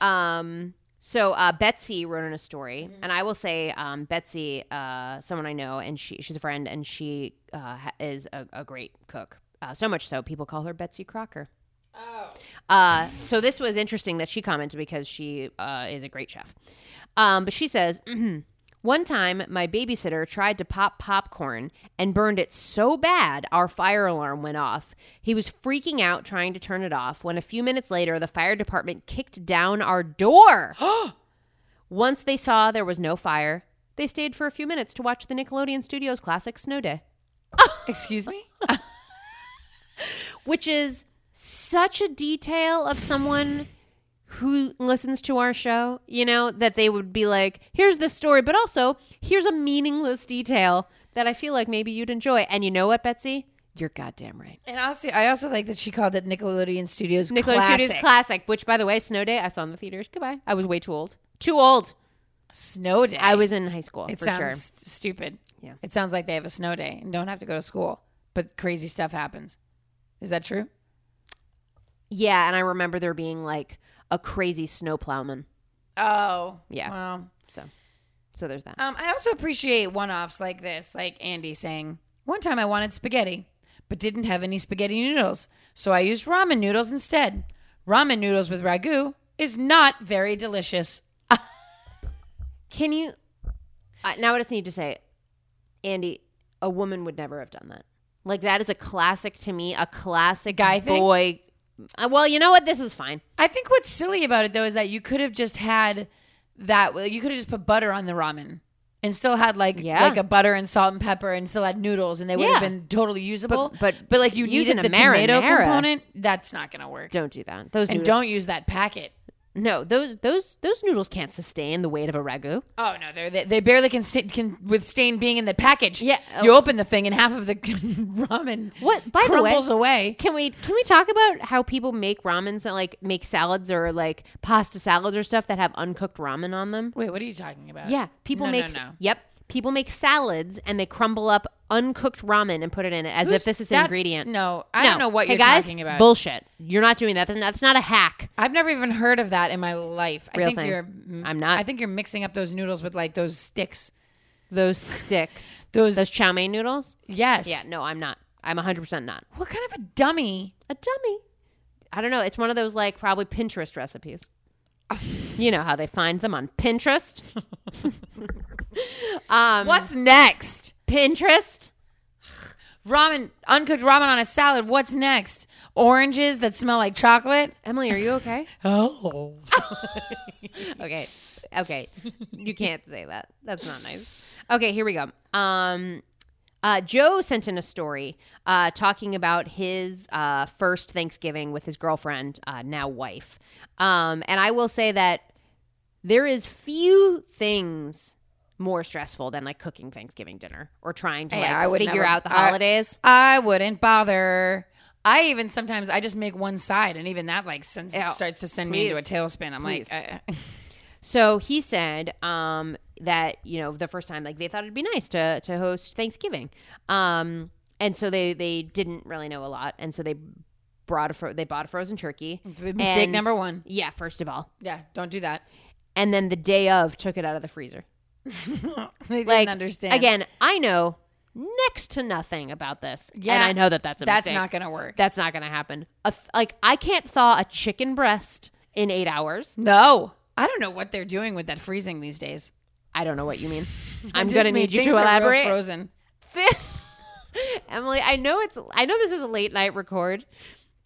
Um so uh, Betsy wrote in a story, and I will say um, Betsy, uh, someone I know, and she she's a friend, and she uh, ha- is a, a great cook. Uh, so much so, people call her Betsy Crocker. Uh, so this was interesting that she commented because she uh, is a great chef. Um, but she says, one time my babysitter tried to pop popcorn and burned it so bad our fire alarm went off. He was freaking out trying to turn it off when a few minutes later the fire department kicked down our door. Once they saw there was no fire, they stayed for a few minutes to watch the Nickelodeon Studios classic Snow Day.
Excuse me?
which is such a detail of someone who listens to our show, you know, that they would be like, here's this story, but also here's a meaningless detail that I feel like maybe you'd enjoy. And you know what, Betsy? You're goddamn right.
And also, I also like that she called it Nickelodeon Studios
Nicholas
classic.
Studios classic, which by the way, Snow Day, I saw in the theaters. Goodbye. I was way too old. Too old.
snow day. Oh,
I was in high school
It
for
sounds
sure.
st- stupid.
Yeah.
It sounds like they have a snow day and don't have to go to school, but crazy stuff happens. Is that true?
Yeah, and I remember there being like a crazy snowplowman.
Oh,
Yeah.
Wow.
So, so there's that.
Um, I also appreciate one-offs like this, like Andy saying, "One time I wanted spaghetti, but didn't have any spaghetti noodles, so I used ramen noodles instead. Ramen noodles with ragu is not very delicious."
Can you? Uh, now I just need to say, Andy, a woman would never have done that. Like that is a classic to me, a classic
Guy thing?
boy. Uh, well, you know what? This is fine.
I think what's silly about it though is that you could have just had that. You could have just put butter on the ramen and still had like
Yeah.
like a butter and salt and pepper and still had noodles and they would have
Yeah.
been totally usable.
but
but like you
using
needed
a
the tomato
marinara.
component. That's not gonna work.
Don't do that. Those
and
noodles,
don't use that packet.
No, those those those noodles can't sustain the weight of a ragu.
Oh no, they're, they they barely can sta can withstand being in the package.
Yeah. oh.
you open the thing and half of the ramen
What? By the way,
crumbles away.
Can we can we talk about how people make ramens and like make salads or like pasta salads or stuff that have uncooked ramen on them?
Wait, what are you talking about?
Yeah, people
No,
make
no, no.
yep, people make salads and they crumble up uncooked ramen and put it in it as if
Who's-
this is an
that's-
ingredient.
No, I
No.
don't know what
Hey,
you're
guys,
talking about.
Bullshit. You're not doing that. That's not, that's not a hack.
I've never even heard of that in my life.
Real
I think
thing.
you're mm,
I'm not.
I think you're mixing up those noodles with like those sticks.
Those sticks.
Those-
those chow mein noodles?
Yes.
Yeah, no, I'm not. I'm 100% not.
What kind of a dummy?
A dummy. I don't know. It's one of those like probably Pinterest recipes. you know how they find them on Pinterest? um
What's next?
Pinterest?
Ramen, uncooked ramen on a salad. What's next? Oranges that smell like chocolate.
Emily, are you okay?
Oh.
okay. Okay. You can't say that. That's not nice. Okay, here we go. Um uh, Joe sent in a story uh, talking about his uh, first Thanksgiving with his girlfriend, uh, now wife. Um, and I will say that there is few things more stressful than like cooking Thanksgiving dinner or trying to like,
Yeah, I would
figure
never-
out the
I-
holidays.
I wouldn't bother. I even sometimes I just make one side, and even that like sends,
Ew.
starts to send me into a
Please.
tailspin. I'm
Please.
like, I,
So he said um, that you know the first time like they thought it'd be nice to to host Thanksgiving, um, and so they they didn't really know a lot, and so they brought a fro- they bought a frozen turkey.
uh, mistake
And-
number one.
Yeah, first of all,
Yeah, don't do that.
and then the day of took it out of the freezer.
they didn't
Like
understand.
again, I know next to nothing about this, and
Yeah.
I know that that's a
that's
mistake.
not gonna work.
that's not going to happen. A th- like I can't thaw a chicken breast in eight hours.
No, I don't know what they're doing with that freezing these days.
I don't know what you mean.
It
I'm
just
going to
made
need you to
things are real
elaborate.
Frozen.
Emily, I know it's I know this is a late night record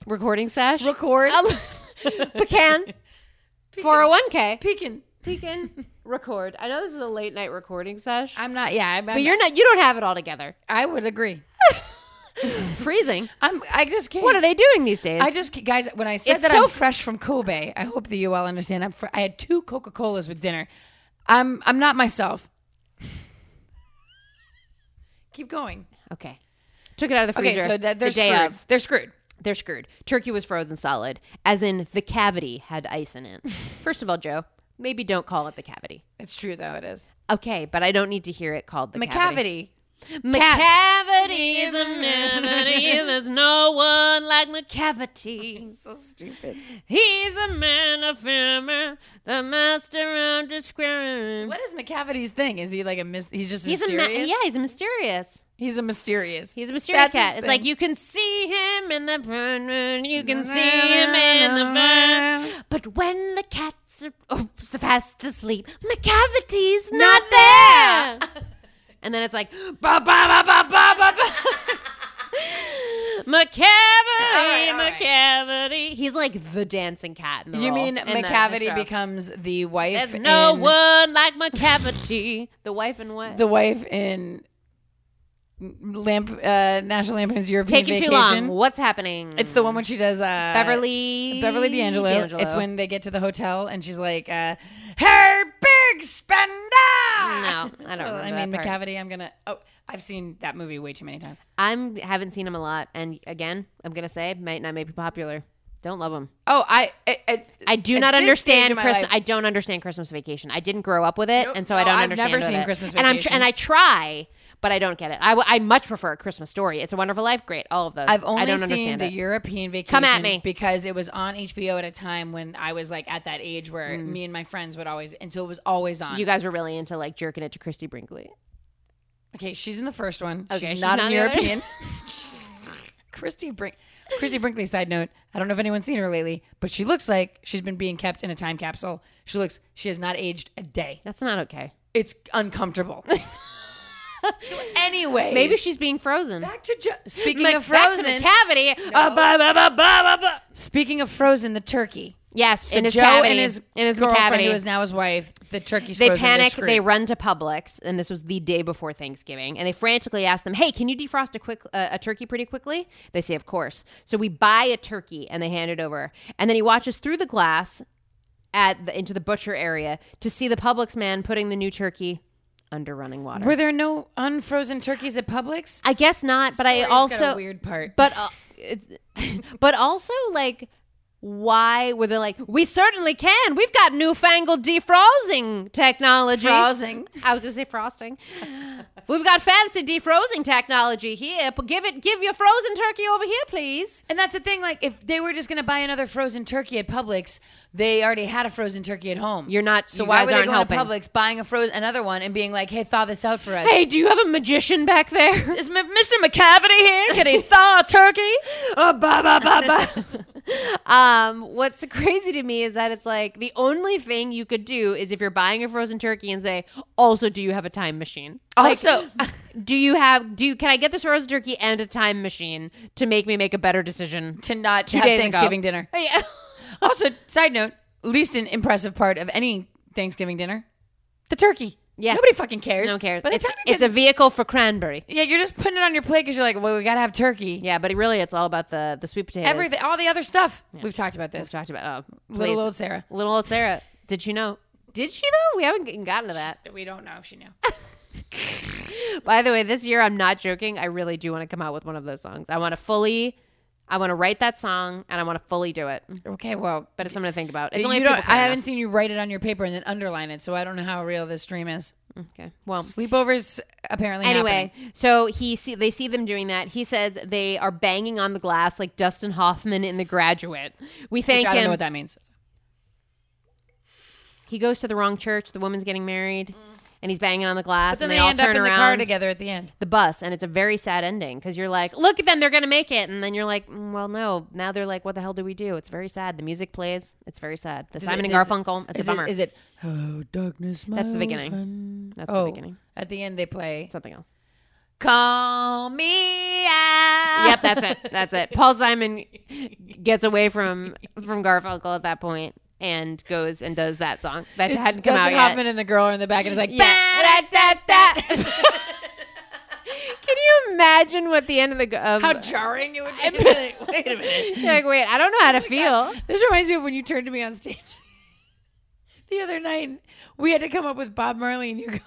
recording sesh.
Record.
Um, pecan. 401k.
Peeking.
Pecan record. I know this is a late night recording sesh.
I'm not. Yeah, I'm,
but you're not you don't have it all together.
I would agree.
Freezing.
I'm. I just can't.
What are they doing these days?
I just guys. When I said
It's
that
so
I'm
f-
fresh from Kobe, I hope that you all understand. I'm. Fr- I had two Coca Colas with dinner. I'm. I'm not myself. Keep going.
Okay. Took it out of the
Okay,
freezer.
so that they're
the day
screwed.
of.
They're screwed.
They're screwed. Turkey was frozen solid, as in the cavity had ice in it. First of all, Joe, maybe don't call it the cavity.
It's true though. It is
Okay, but I don't need to hear it called the cavity.
McCavity.
McCavity is a memory. There's no one like McCavity.
So stupid.
He's a man of humor, the master of description.
What is McCavity's thing? Is he like a mis- he's just
He's a
mysterious?
ma- yeah. He's a mysterious.
He's a mysterious.
He's a mysterious
That's his
cat. It's like
thing.
you can see him in the burn, you can see him in the burn. But when the cat's are, oh, fast asleep, McCavity's not, there. and then it's like
Ba, ba, ba, ba, ba, ba, ba.
McCavity,
all right.
McCavity. He's like the dancing cat in the
You
role-
mean
in the- the
McCavity
show.
becomes the wife?
There's no
in-
one like McCavity. the wife and what?
The wife in Lamp uh, National Lampoon's European
Taking too long.
Vacation.
What's happening?
It's the one when she does uh,
Beverly
Beverly D'Angelo.
D'Angelo.
It's when they get to the hotel and she's like, uh, "Hey, big spender!"
No, I don't. remember
Oh, I
that
mean,
part.
McCavity. I'm gonna. Oh, I've seen that movie way too many times.
I'm haven't seen him a lot, and again, I'm gonna say might not make me popular. Don't love him.
Oh, I. I, I,
I do
At
not
this
understand
stage of my
Christmas.
life-
I don't understand Christmas Vacation. I didn't grow up with it,
Nope.
and so
No,
I don't
I've
understand.
never
with
seen
it.
Christmas
and I'm tr-
Vacation.
and I try, but I don't get it. I, w- I much prefer a Christmas Story. It's a Wonderful Life. Great, all of those.
I've only
I don't
seen
understand
the
it.
European vacation
Come at me.
because it was on HBO at a time when I was like at that age where me and my friends would always, and so it was always on.
Mm. you guys were really into like jerking it to Christy Brinkley.
okay, she's in the first one.
Okay,
she's,
she's
not,
not in
an
the other.
European. Christy Brink, Christy Brinkley. Side note: I don't know if anyone's seen her lately, but she looks like she's been being kept in a time capsule. She looks, she has not aged a day.
That's not okay.
It's uncomfortable. so anyway,
Maybe she's being frozen.
back to jo- speaking
Like,
of
back to
Frozen.
McCavity. Uh, bah, bah, bah, bah, bah, bah.
speaking of Frozen, the turkey.
Yes,
So
in his
Joe
cavity.
and his,
in his
girlfriend,
cavity.
who is now his wife, the turkey.
they panic. They run to Publix, and this was the day before Thanksgiving. And they frantically ask them, "Hey, can you defrost a quick uh, a turkey pretty quickly?" They say, "Of course." So we buy a turkey, and they hand it over. And then he watches through the glass at the, into the butcher area to see the Publix man putting the new turkey under running water.
Were there no unfrozen turkeys at Publix?
I guess not, but I
Sorry, it's
also
got a weird part.
but uh, it's, but also like why were they like we certainly can we've got newfangled defrosting technology
Frosting.
i was gonna say frosting we've got fancy defrosting technology here but give it give your frozen turkey over here please
and that's the thing. Like, if they were just going to buy another frozen turkey at Publix, they already had a frozen turkey at home.
You're not-
So
you
why
guys
would they
aren't
go
helping.
to Publix buying a frozen another one and being like, "Hey, thaw this out for us"?
hey do you have a magician back there
Is M- Mr. McCavity here? Can he thaw a turkey?
Uh, bah, bah, bah, bah. um, what's crazy to me is that it's like the only thing you could do is if you're buying a frozen turkey and say, also, do you have a time machine? Like,
Also-
do you have do you, can I get this frozen turkey and a time machine to make me make a better decision?
to not
Two
have
days ago.
Thanksgiving dinner.
Yeah.
Also, side note, least an impressive part of any Thanksgiving dinner, the turkey.
Yeah.
nobody fucking cares.
no one cares.
By the
It's,
time you
it's
get,
a vehicle for cranberry.
yeah, you're just putting it on your plate because you're like, well, we gotta have turkey.
Yeah, but it really it's all about the the sweet potatoes.
Everything, all the other stuff. We've talked about
we
this.
talked about. Oh,
Little
please.
old Sarah.
little old Sarah. Did she know? Did she though? We haven't g- gotten to that.
We don't know if she knew.
By the way, this year I'm not joking. I really do want to come out with one of those songs. I want to fully, I want to write that song and I want to fully do it.
okay, well,
But it's something to think about. It's
you
only if
don't-
people
I
care
haven't seen you write it on your paper and then underline it, so I don't know how real this dream is.
enough. Okay. Well,
Sleepovers apparently.
anyway, so he see they see them doing that. He says they are banging on the glass like Dustin Hoffman in The Graduate. We
happen,
thank
which I don't
him.
know what that means.
He goes to the wrong church. The woman's getting married, and he's banging on the glass.
Mm. But
and
then they,
they, all
end up
turn
in the
around.
car together at the end.
the bus and it's a very sad ending because you're like look at them they're gonna make it and then you're like mm, well no now they're like what the hell do we do it's very sad the music plays it's very sad the simon and
does-
garfunkel it's
Is
a bummer
it, is it Hello, darkness, my
That's the
old
beginning.
friend."
that's
Oh,
the beginning
at the end they play
something else
Call me out.
yep that's it that's it paul simon gets away from from garfunkel at that point and goes and does that song that
It's
hadn't come
Dustin
out
Hoffman
yet
and the girl are in the back, and it's like,
yeah. da, da, da, da. can you imagine what the end of the of,
how jarring it would be. Wait a minute. Oh
you're like wait i don't know how to feel
This reminds me of when you turned to me on stage the other night. We had to come up with Bob Marley, and you go,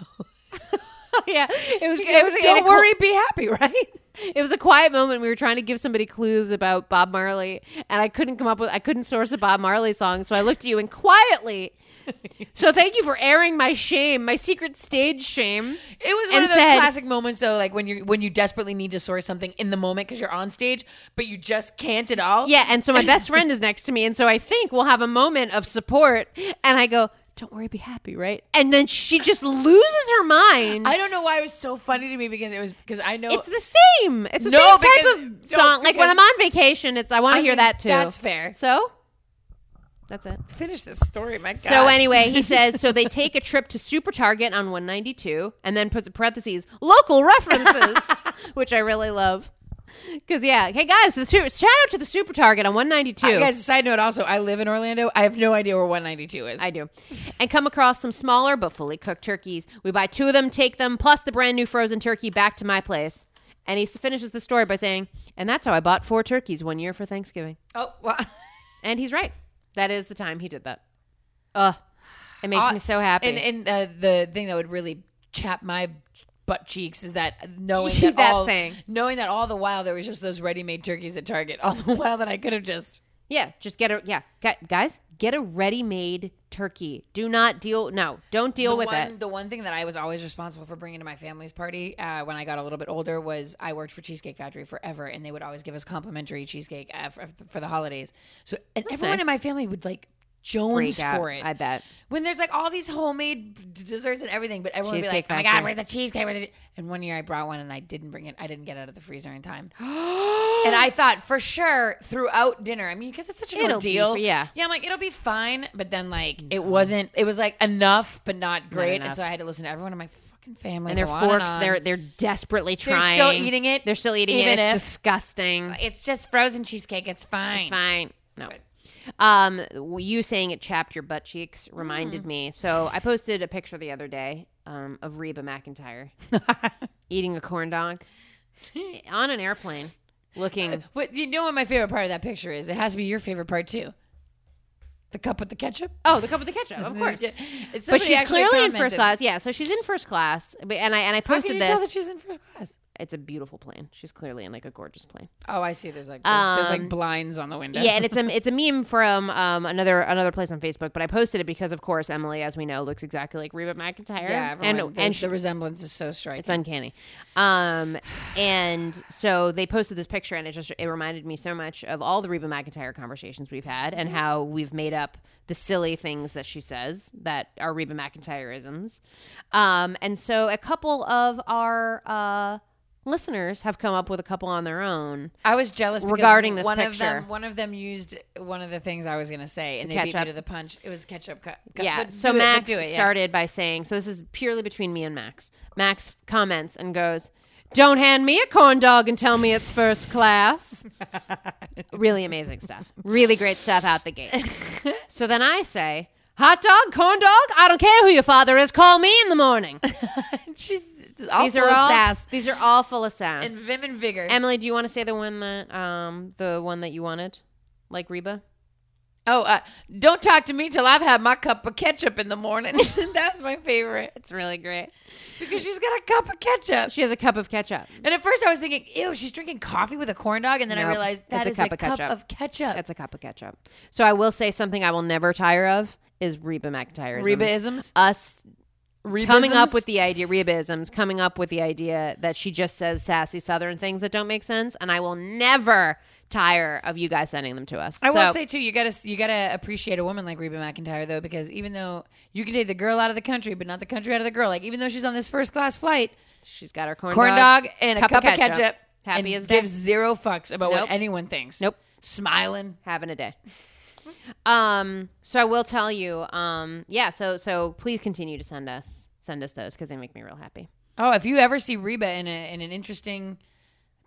Oh, yeah it was it
it
was
"Don't worry, be happy." Right?
It was a quiet moment. We were trying to give somebody clues about Bob Marley, and I couldn't come up with, I couldn't source a Bob Marley song. So I looked at you and quietly. So thank you for airing my shame, my secret stage shame.
It was one
And
of those
said-
classic moments, though, like when you when you desperately need to source something in the moment because you're on stage, but you just can't at all.
Yeah, and so my best friend is next to me, and so I think we'll have a moment of support. And I go, "Don't worry, be happy, right?" And then she just loses her mind.
I don't know why it was so funny to me because it was because I know
it's the same. It's the
No,
same type
because-
of
no,
song. like when
because-
I'm on vacation, it's I want
I
to hear
mean,
that too.
That's fair.
So that's it.
Finish this story, my God.
So anyway, he says so they take a trip to Super Target on 192 and then puts parentheses local references, which I really love. Cuz yeah, hey guys, the super, shout out to the Super Target on 192.
Uh, Guys, side note also, I live in Orlando. I have no idea where 192 is.
I do. And come across some smaller but fully cooked turkeys. We buy two of them, take them plus the brand new frozen turkey back to my place. And he s- finishes the story by saying, "And that's how I bought four turkeys one year for Thanksgiving."
oh, well,
And he's right. That is the time he did that. Ugh. It makes me so happy.
And, and uh, the thing that would really chap my butt cheeks is that knowing
That
that, all,
saying.
knowing that all the while there was just those ready-made turkeys at Target, all the while that I could have just
Yeah, just get a yeah, Gu- guys, get a ready-made turkey. Do not deal. No, don't deal
the
with
one,
it.
The one thing that I was always responsible for bringing to my family's party uh, when I got a little bit older was I worked for Cheesecake Factory forever, and they would always give us complimentary cheesecake uh, for, for the holidays. So and everyone
nice.
in my family would like
Freak
Jones
out,
for it.
I bet.
when there's like all these homemade d- desserts and everything, but everyone would be like,
Cheesecake
"Oh my god,
Factory.
where's the cheesecake?" Where's the che-" And one year I brought one and I didn't bring it. I didn't get it out of the freezer in time. and I thought for sure throughout dinner. I mean, because it's such an
It'll do
ordeal.
for- yeah.
yeah. I'm like, it'll be fine. But then like it wasn't. It was like enough, but not great. and
enough.
so I had to listen to everyone in my fucking family.
And their
go on
forks,
on.
they're they're desperately trying.
They're still eating it,
They're still eating
even
it. It's
if-
disgusting.
It's just frozen cheesecake. It's fine.
It's fine. No. Um, w- you saying it chapped your butt cheeks
Mm.
reminded me. So I posted a picture the other day um, of Reba McIntyre eating a corn dog on an airplane, looking.
But you know what my favorite part of that picture is? It has to be your favorite part too. The cup with the ketchup.
Oh, the cup with the ketchup, of course.
It's
But
somebody
she's
actually
clearly in
commented.
first class. Yeah, so she's in first class. But- And I and I
How can
posted
you
this.
tell that she's in first class?
it's a beautiful plane. She's clearly in like a gorgeous plane.
Oh, I see. There's like there's, there's
Um,
like blinds on the window.
Yeah, and it's a it's a meme from um, another another place on Facebook. But I posted it because, of course, Emily, as we know, looks exactly like Reba McIntyre.
yeah.
and
Everyone, the,
and
the resemblance is so striking.
It's uncanny. Um, and so they posted this picture, and it just it reminded me so much of all the Reba McIntyre conversations we've had, and how we've made up the silly things that she says that are Reba McIntyreisms. Um, and so a couple of our uh, listeners have come up with a couple on their own.
I was jealous because
Regarding this
one of
picture.
them. One of them used one of the things I was going to say, and
The
they beat me
ketchup.
to the punch. It was ketchup. Cu- cu-
Yeah.
but
So
do it, but
Max
do it, yeah.
started by saying, so this is purely between me and Max. Max comments and goes, "Don't hand me a corn dog and tell me it's first class." really amazing stuff. Really great stuff out the gate. so then I say, "Hot dog, corn dog. I don't care who your father is. Call me in the morning."
She's all
These
full
are
of
all
sass
these are all full of sass.
and vim and vigor.
Emily, do you want to say the one that um the one that you wanted, like Reba?
oh, uh, don't talk to me till I've had my cup of ketchup in the morning. That's my favorite
It's really great.
because she's got a cup of ketchup.
She has a cup of ketchup.
And at first I was thinking, ew, she's drinking coffee with a corn dog. And then
Nope.
I realized that
That's
is
a
a
cup
cup,
of ketchup.
of ketchup.
That's a cup of ketchup. So I will say something I will never tire of is Reba McIntyre.
Rebaisms?
Us
Rebaisms?
coming up with the idea, Rebaisms, coming up with the idea that she just says sassy Southern things that don't make sense. And I will never tire of you guys sending them to us.
I
So-
will say too, you gotta you gotta appreciate a woman like Reba McIntyre though, because even though you can take the girl out of the country, but not the country out of the girl. Like even though she's on this first class flight,
she's got her corn,
corn dog, and a cup of ketchup,
Happy
and
as day.
gives zero fucks about
Nope.
what anyone thinks.
Nope.
smiling.
having a day. Um, so I will tell you, um, yeah, so so please continue to send us send us those because they make me real happy.
Oh, if you ever see Reba in a in an interesting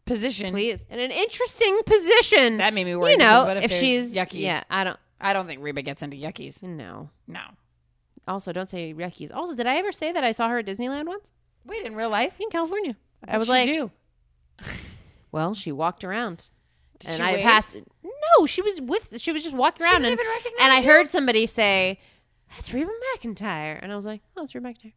position,
Please. In an interesting position.
That made me worried,
You know,
because what if there's
she's
yuckies?
Yeah, I don't
I don't think Reba gets into yuckies.
no.
No.
Also, don't say yuckies. Also, did I ever say that I saw her at Disneyland once
Wait, in real life,
in California? I
What'd
was
she
like,
do?
well, she walked around,
Did
and
she
I
wave?
passed. No, she was with. She was just walking around,
didn't
and,
even recognize
and I
you?
heard somebody say, "That's Reba McIntyre," and I was like, "Oh, it's Reba McIntyre."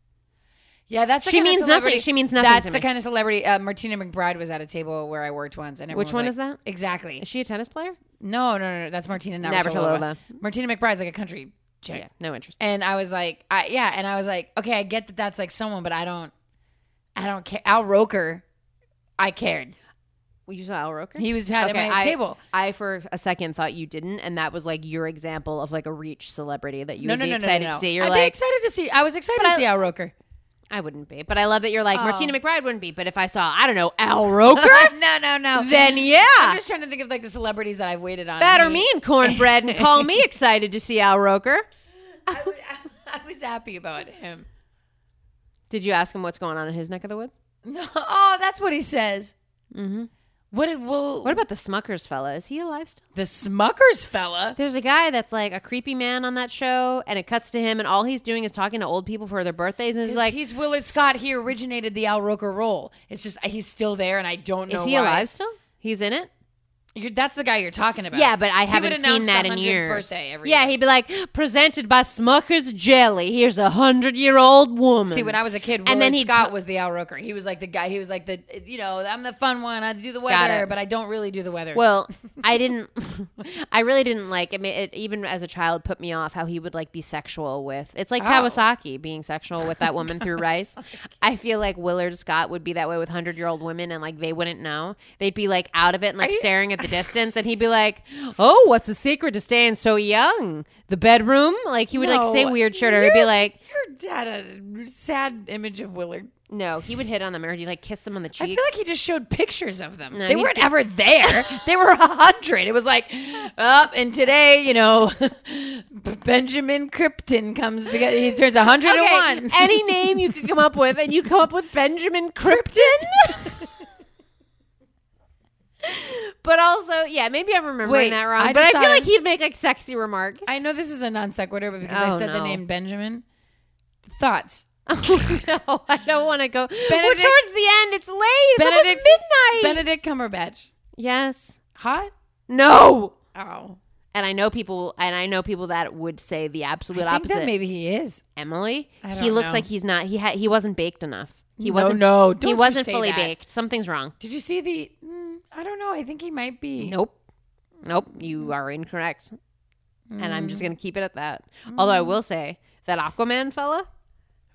Yeah, that's the
She
kind of
means nothing.
celebrity-
She means nothing
That's
to
the
me.
kind of celebrity. Uh, Martina McBride was at a table where I worked once, and everyone
Which
was
one
like-
is that?
Exactly.
Is she a tennis player?
No, no, no, no. That's Martina Navratilova.
Navratilova.
Martina McBride's like a country chick,
Yeah, no interest.
and I was like, I, yeah, and I was like, okay, I get that that's like someone, but I don't, I don't care. Al Roker, I cared.
Well, you saw Al Roker.
He was had at my
I,
table.
I for a second thought you didn't, and that was like your example of like a reach celebrity that you
No,
would
no,
be
no, no, no,
excited
no.
to see. You're
I'd be
like,
excited to see. I was excited to see Al Roker.
I wouldn't be, but I love that you're like Martina McBride wouldn't be, but if I saw I don't know Al Roker,
no, no, no.
then
I'm
yeah,
just trying to think of like the celebrities that I've waited on.
batter
He-
me and cornbread and call me excited to see Al Roker.
I, would, I, I was happy about him.
Did you ask him what's going on in his neck of the woods?
No, oh, that's what he says. Mm-hmm. What did well?
What about the Smuckers fella? Is he alive still?
the Smuckers fella?
There's a guy that's like a creepy man on that show, and it cuts to him, and all he's doing is talking to old people for their birthdays, and it's
He's
like,
like he's Willard Scott. He originated the Al Roker role. It's just he's still there, and I don't know.
is he
why.
alive still? He's in it.
You're, that's the guy you're talking about.
Yeah, but I
He
haven't
would
seen
announce
that
the
in
100th
years.
Birthday every
yeah,
year.
he'd be like, presented by Smucker's Jelly. Here's a hundred year old woman.
See, when I was a kid, Willard
And then he'd
Scott
t-
was the Al Roker. He was like the guy. He was like the you know I'm the fun one. I do the
Got
weather,
it.
but I don't really do the weather.
Well, I didn't. I really didn't like. I mean, it even as a child, put me off how he would like be sexual with. It's like
Oh.
Kawasaki being sexual with that woman through rice. I feel like Willard Scott would be that way with hundred year old women, and like they wouldn't know. They'd be like out of it and like
Are you-
staring at the distance, and he'd be like, "Oh, what's the secret to staying so young? The bedroom?" Like he would like say
No,
weird shit, or he'd be
you're-
like,
your dad had a sad image of Willard.
"No," he would hit on them, or he'd like kiss them on the
I
cheek.
feel like he just showed pictures of them.
No,
they
he
weren't
did-
ever there. they were a hundred. It was like up and today, you know, Benjamin Krypton comes because he turns a hundred and one.
okay, any name you could come up with, and you come up with Benjamin Krypton. but also, yeah, maybe I'm remembering
Wait,
that wrong.
I
but I
just
feel
thought
like
of-
he'd make like sexy remarks.
I know this is a non sequitur, but because
Oh,
I said
no.
the name Benjamin, thoughts.
Oh, no, I don't want to go. We're
Benedict-
towards the end. It's late. It's
Benedict-
almost midnight.
Benedict Cumberbatch,
yes.
hot.
No.
Oh,
And I know people, and I know people that would say the absolute
I think
opposite.
that maybe he is.
Emily,
I
he
don't
looks
know.
like he's not. He had. He wasn't baked enough. He
No,
wasn't.
no, don't
he
you
wasn't
say
fully
that.
baked. Something's wrong.
Did you see the? Mm, I don't know. I think he might be.
Nope. Nope. You are incorrect. And I'm
Mm.
just going to keep it at that. Although I will say that Aquaman fella,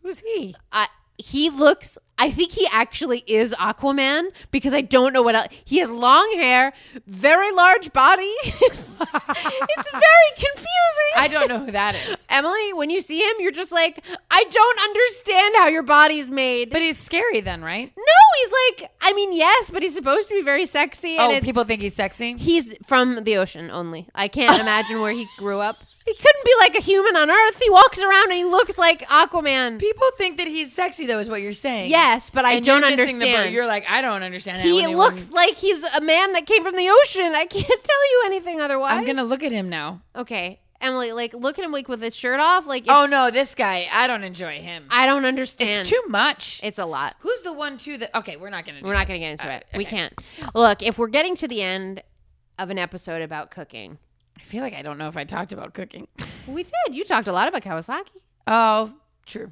Who's he?
I, he looks, I think he actually is Aquaman because I don't know what else. He has long hair, very large body. it's, it's very confusing.
I don't know who that is.
Emily, when you see him, you're just like, I don't understand how your body's made.
But he's scary then, right?
no, he's like, I mean, yes, but he's supposed to be very sexy. And
oh,
it's,
people think he's sexy.
He's from the ocean only. I can't imagine where he grew up. He couldn't be like a human on Earth. He walks around and he looks like Aquaman.
People think that he's sexy, though, is what you're saying.
Yes, but I
And
don't
you're missing the boat.
understand.
you're like, I don't understand. how
he
anyone-
looks like he's a man that came from the ocean. I can't tell you anything otherwise.
I'm gonna look at him now.
Okay, Emily, like look at him like with his shirt off. Like,
Oh
it's-
no, this guy. I don't enjoy him.
I don't understand.
it's too much.
It's a lot.
Who's the one too that? Okay, we're not gonna. Do
We're not
this.
going to get into
Uh,
it. We
okay.
can't. Look, if we're getting to the end of an episode about cooking,
I feel like I don't know if I talked about cooking.
we did. You talked a lot about Kawasaki.
oh, true.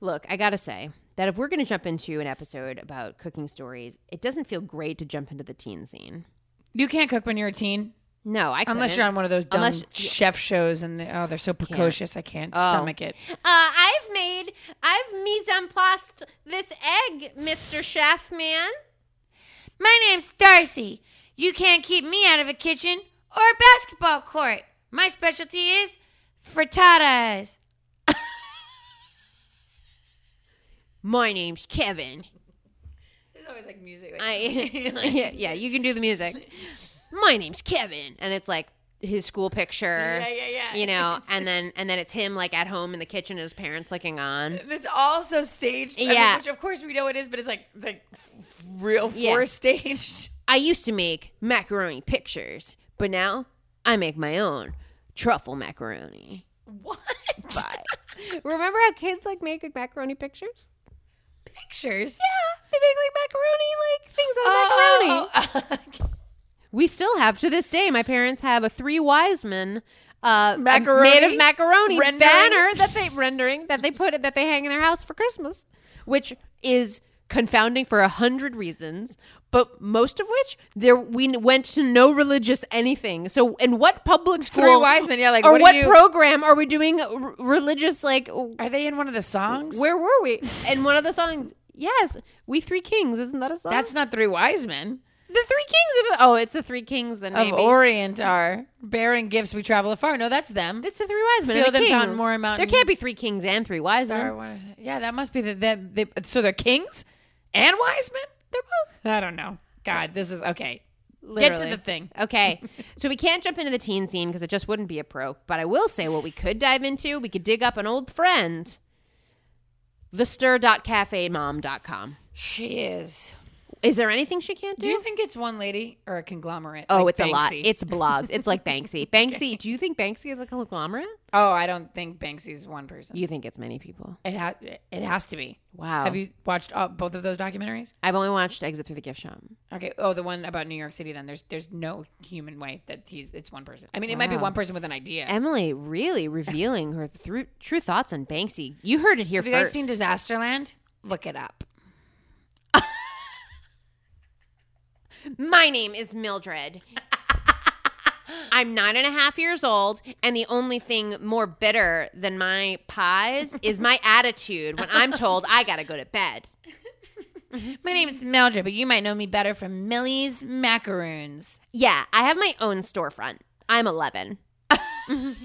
Look, I gotta say that if we're gonna jump into an episode about cooking stories, it doesn't feel great to jump into the teen scene.
You can't cook when you're a teen.
No, I couldn't.
Unless you're on one of those dumb
Unless-
chef shows and they, oh, they're so precocious. I can't
Oh.
stomach it.
Uh, I've made, I've mise en place this egg, Mister Chef Man.
My name's Darcy. You can't keep me out of a kitchen or a basketball court. My specialty is frittatas.
My name's Kevin.
There's always like music.
I yeah, yeah, you can do the music. My name's Kevin, and it's like his school picture.
yeah.
You know, and then and then it's him like at home in the kitchen, and his parents looking on.
And it's also staged. I mean,
Yeah.
which of course we know it is, but it's like it's like f- f- real
Yeah.
force staged.
I used to make macaroni pictures, but now I make my own truffle macaroni.
What
Remember how kids like make macaroni pictures?
pictures?
Yeah, they make like macaroni, like things out
Oh, oh, oh.
We still have to this day. My parents have a three wise men uh,
Macaroni?
made of macaroni
Rendering?
banner that they rendering that they put that they hang in their house for Christmas, which is confounding for a hundred reasons, but most of which there we went to no religious anything. So, in what public school?
Three wise men. Yeah, like
or
what,
what,
are you?
program are we doing r- religious like w-
are they in one of the songs?
where were we in one of the songs yes we three kings isn't that a song
That's not three wise men
the three kings are the, oh it's the three kings then maybe
of Orient are bearing gifts. We travel afar. No, that's them.
it's the three wise men and
Field
the
and
kings.
fountain, Moor and mountain.
there can't be three kings and three wise
Star
men
what is it? Yeah, that must be the, that they, so they're kings and wise men. They're both. I don't know. God, this is okay. Get to
Literally.
the thing.
Okay, so we can't jump into the teen scene because it just wouldn't be a pro. But I will say what we could dive into, we could dig up an old friend, thestir.cafemom.com.
She is.
Is there anything she can't do?
Do you think it's one lady or a conglomerate?
oh,
like
it's a lot.
Banksy?
It's blogs. It's like Banksy. Banksy. Do you think Banksy is a conglomerate?
oh, I don't think Banksy's one person.
You think it's many people?
it ha- it has to be.
Wow.
Have you watched all, both of those documentaries?
I've only watched Exit Through the Gift Shop.
Okay. Oh, the one about New York City. Then there's there's no human way that he's it's one person. I mean, it might be
Wow.
one person with an idea.
Emily really revealing her thru- true thoughts on Banksy. You heard it here
Have you guys
first.
seen Disasterland? Look it up.
My name is Mildred. I'm nine and a half years old, and the only thing more bitter than my pies is my attitude when I'm told I gotta go to bed.
My name is Mildred, but you might know me better from Millie's Macaroons.
Yeah, I have my own storefront. I'm 11.
My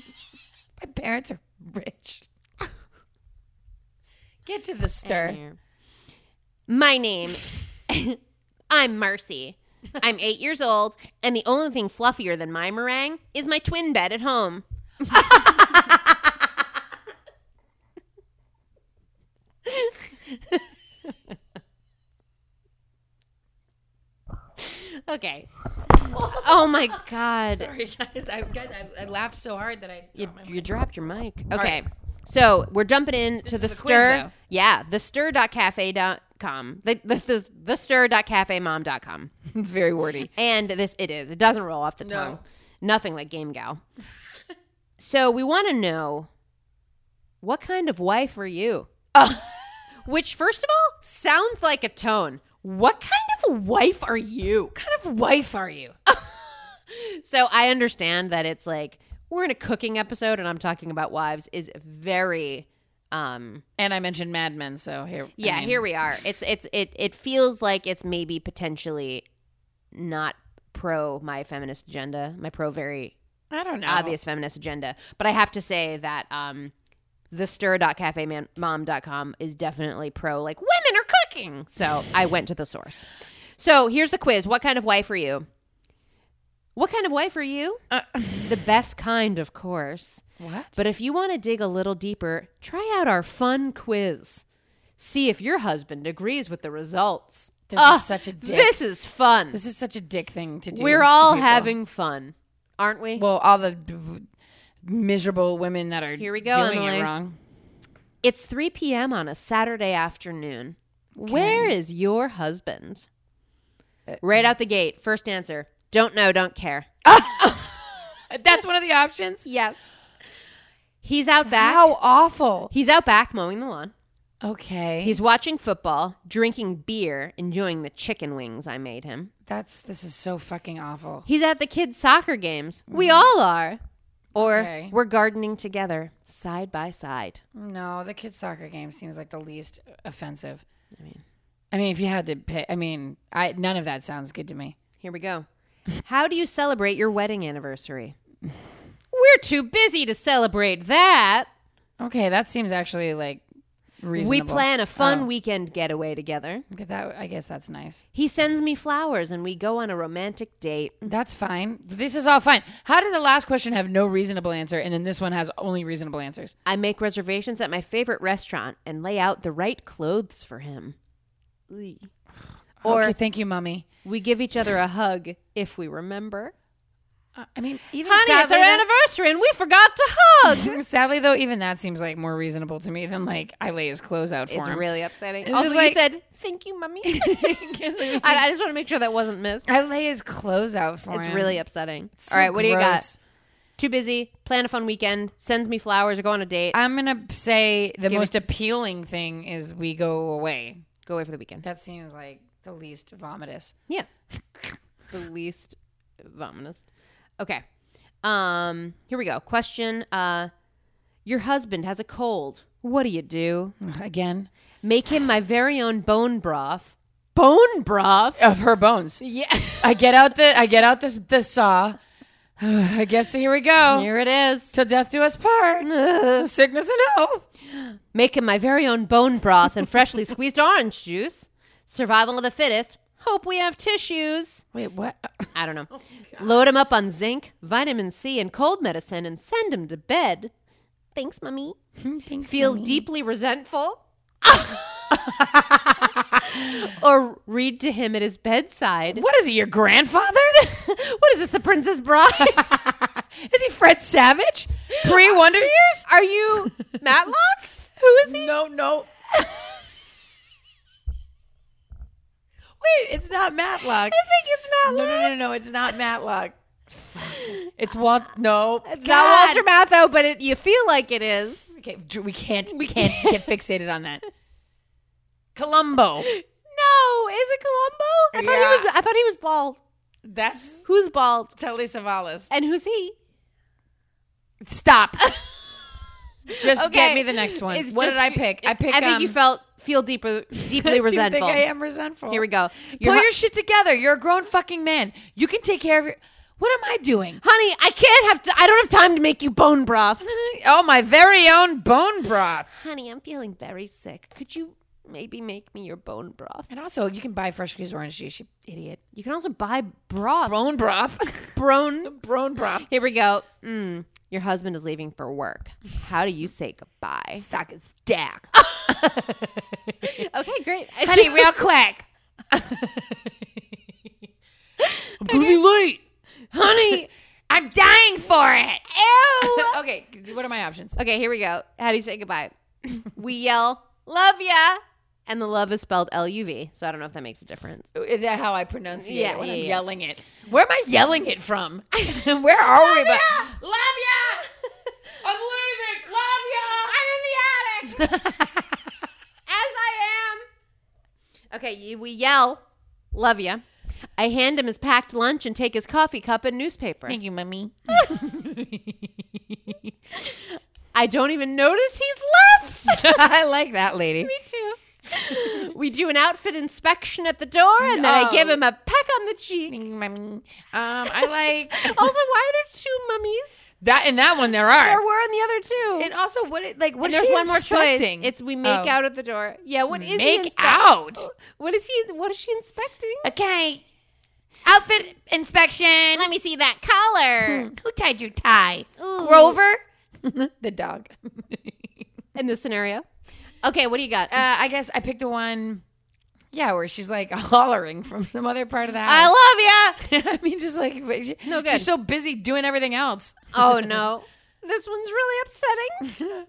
parents are rich. Get to the stir.
My name, I'm Marcy. I'm eight years old, and the only thing fluffier than my meringue is my twin bed at home. okay. Oh my god.
Sorry, guys. I, guys, I, I laughed so hard that I.
You,
dropped my
you dropped your mic. Okay.
right.
So we're jumping in to
is
the
the quiz,
stir.
though.
yeah. The stir.cafe.com. The, the, the, the stir.cafemom.com.
mic. it's very wordy.
And this, it is. It doesn't roll off the
No.
tongue. Nothing like Game Gal. so we want to know what kind of wife are you? Which, first of all, sounds like a tone. What kind of wife are you?
What kind of wife are you?
So I understand that it's like we're in a cooking episode and I'm talking about wives is very um
And I mentioned Mad Men, so here. I
yeah,
mean,
here we are. It's it's it it feels like it's maybe potentially not pro my feminist agenda, my pro very
I don't know.
obvious feminist agenda, but I have to say that um the stir.cafemom.com is definitely pro like women are cooking. So I went to the source. So here's the quiz. What kind of wife are you? What kind of wife are you?
Uh,
The best kind, of course.
what?
But if you want to dig a little deeper, try out our fun quiz. See if your husband agrees with the results.
This
Ah,
is such a dick.
This is fun.
This is such a dick thing to do.
We're
to
all
people.
having fun, aren't we?
Well, all the b- b- miserable women that are
Here we go,
doing
Emily.
it wrong.
it's 3 p.m. on a Saturday afternoon. Where is your husband?
Uh,
Right out the gate, first answer. Don't know, don't care.
Uh, That's one of the options.
Yes. He's out back.
How awful.
He's out back mowing the lawn.
Okay.
He's watching football, drinking beer, enjoying the chicken wings I made him.
That's this is so fucking awful.
He's at the kids' soccer games. We all are. Or
Mm-hmm. Okay.
we're gardening together, side by side.
No, the kids soccer game seems like the least offensive. I mean, I mean, if you had to pick, I mean, I none of that sounds good to me.
Here we go. How do you celebrate your wedding anniversary? We're too busy to celebrate that.
Okay, that seems actually like reasonable.
We plan a fun
Oh,
weekend getaway together.
okay, that I guess that's nice.
He sends me flowers and we go on a romantic date.
That's fine. This is all fine. How did the last question have no reasonable answer, and then this one has only reasonable answers?
I make reservations at my favorite restaurant and lay out the right clothes for him. Or
okay, thank you, mommy.
we give each other a hug if we remember.
Uh, I mean, even
Honey, it's
sadly,
our
though-
anniversary and we forgot to hug.
Sadly, though, even that seems like more reasonable to me than like I lay his clothes out for
it's
him.
really upsetting.
It's
also,
just
you
like-
said, thank you, mommy. I, I just want to make sure that wasn't missed.
I lay his clothes out for
It's
him.
really upsetting.
So
All right, what do you got?
gross.
Too busy, plan a fun weekend, sends me flowers, or go on a date.
I'm gonna say the
me-
most appealing thing is we go away.
go away for the weekend.
That seems like the least vomitous.
Yeah. the least vominous. Okay. Um, here we go. Question uh your husband has a cold. What do you do?
Again,
Make him my very own bone broth. Bone broth?
of her bones.
Yeah.
I get out the I get out the the saw. I guess here we go.
Here it is.
Till death do us part. Sickness and health.
Make him my very own bone broth and freshly squeezed orange juice. Survival of the fittest. Hope we have tissues.
Wait, what?
I don't know. Load him up on zinc, vitamin C, and cold medicine and send him to bed. Thanks, mommy. Feel deeply resentful. or read to him at his bedside.
What is he, your grandfather?
what is this, the Princess Bride?
is he Fred Savage? Pre Wonder Years?
Are you Matlock?
Who is he? No, no. Wait, it's not
I
Matlock.
think it's
No,
Matlock.
no, no, no, it's not Matlock. It's Walt. No,
It's not Walter Matthau, but it, you feel like it is.
Okay, Drew, we can't. We can't get fixated on that. Columbo.
No, is it Columbo? I thought
Yeah.
he was. I thought he was bald.
That's
Who's bald?
Telly Savalas.
And who's he?
Stop. Just get
Okay.
me the next one.
It's
what
just-
did I pick? I picked.
I think
um,
you felt feel deeper, deeply resentful.
Do you think I am resentful?
Here we go.
Pull
Your hu-
your shit together. You're a grown fucking man. You can take care of your. What am I doing?
honey, I can't have. T- I don't have time to make you bone broth.
Oh, my very own bone broth.
honey, I'm feeling very sick. Could you maybe make me your bone broth?
And also, you can buy fresh squeezed orange juice. You idiot.
You can also buy broth.
Bone broth.
Brone.
bone broth.
Here we go. Mm, your husband is leaving for work. How do you say goodbye?
Sock is stack.
Okay, great.
Honey, real quick. I'm gonna be late.
honey.
I'm dying for it.
Ew.
okay, what are my options?
Okay, here we go. How do you say goodbye? we yell, love ya. And the love is spelled L U V. So I don't know if that makes a difference.
Is that how I pronounce
Yeah,
it when
yeah,
I'm
yeah.
yelling it? Where am I yelling it from? Where are we? But love ya. I'm leaving. Love ya. I'm in the attic.
As I am. Okay, you- we yell, love ya. I hand him his packed lunch and take his coffee cup and newspaper.
Thank you, mummy.
I don't even notice he's left.
I like that lady.
we do an outfit inspection at the door and then I
Oh.
give him a peck on the cheek.
Thank you, mummy. Um, I like
Also, why are there two mummies?
Oh. that. In that one, there are.
There were in the other two.
And also, what it, like what
And
is
there's
she
one more choice.
inspecting?
It's we make
Oh.
out at the door. Yeah, what is he
Make
inspe-
out?
What is he? What is she inspecting?
okay. Outfit inspection.
Let me see that collar.
Who tied your tie?
Hmm. Ooh.
Grover, the dog.
In this scenario, okay. What do you got?
Uh, I guess I picked the one. Yeah, where she's like hollering from some other part of the house.
I love
I mean, just like she-
No good.
she's so busy doing everything else,
ya. oh no, this one's really upsetting.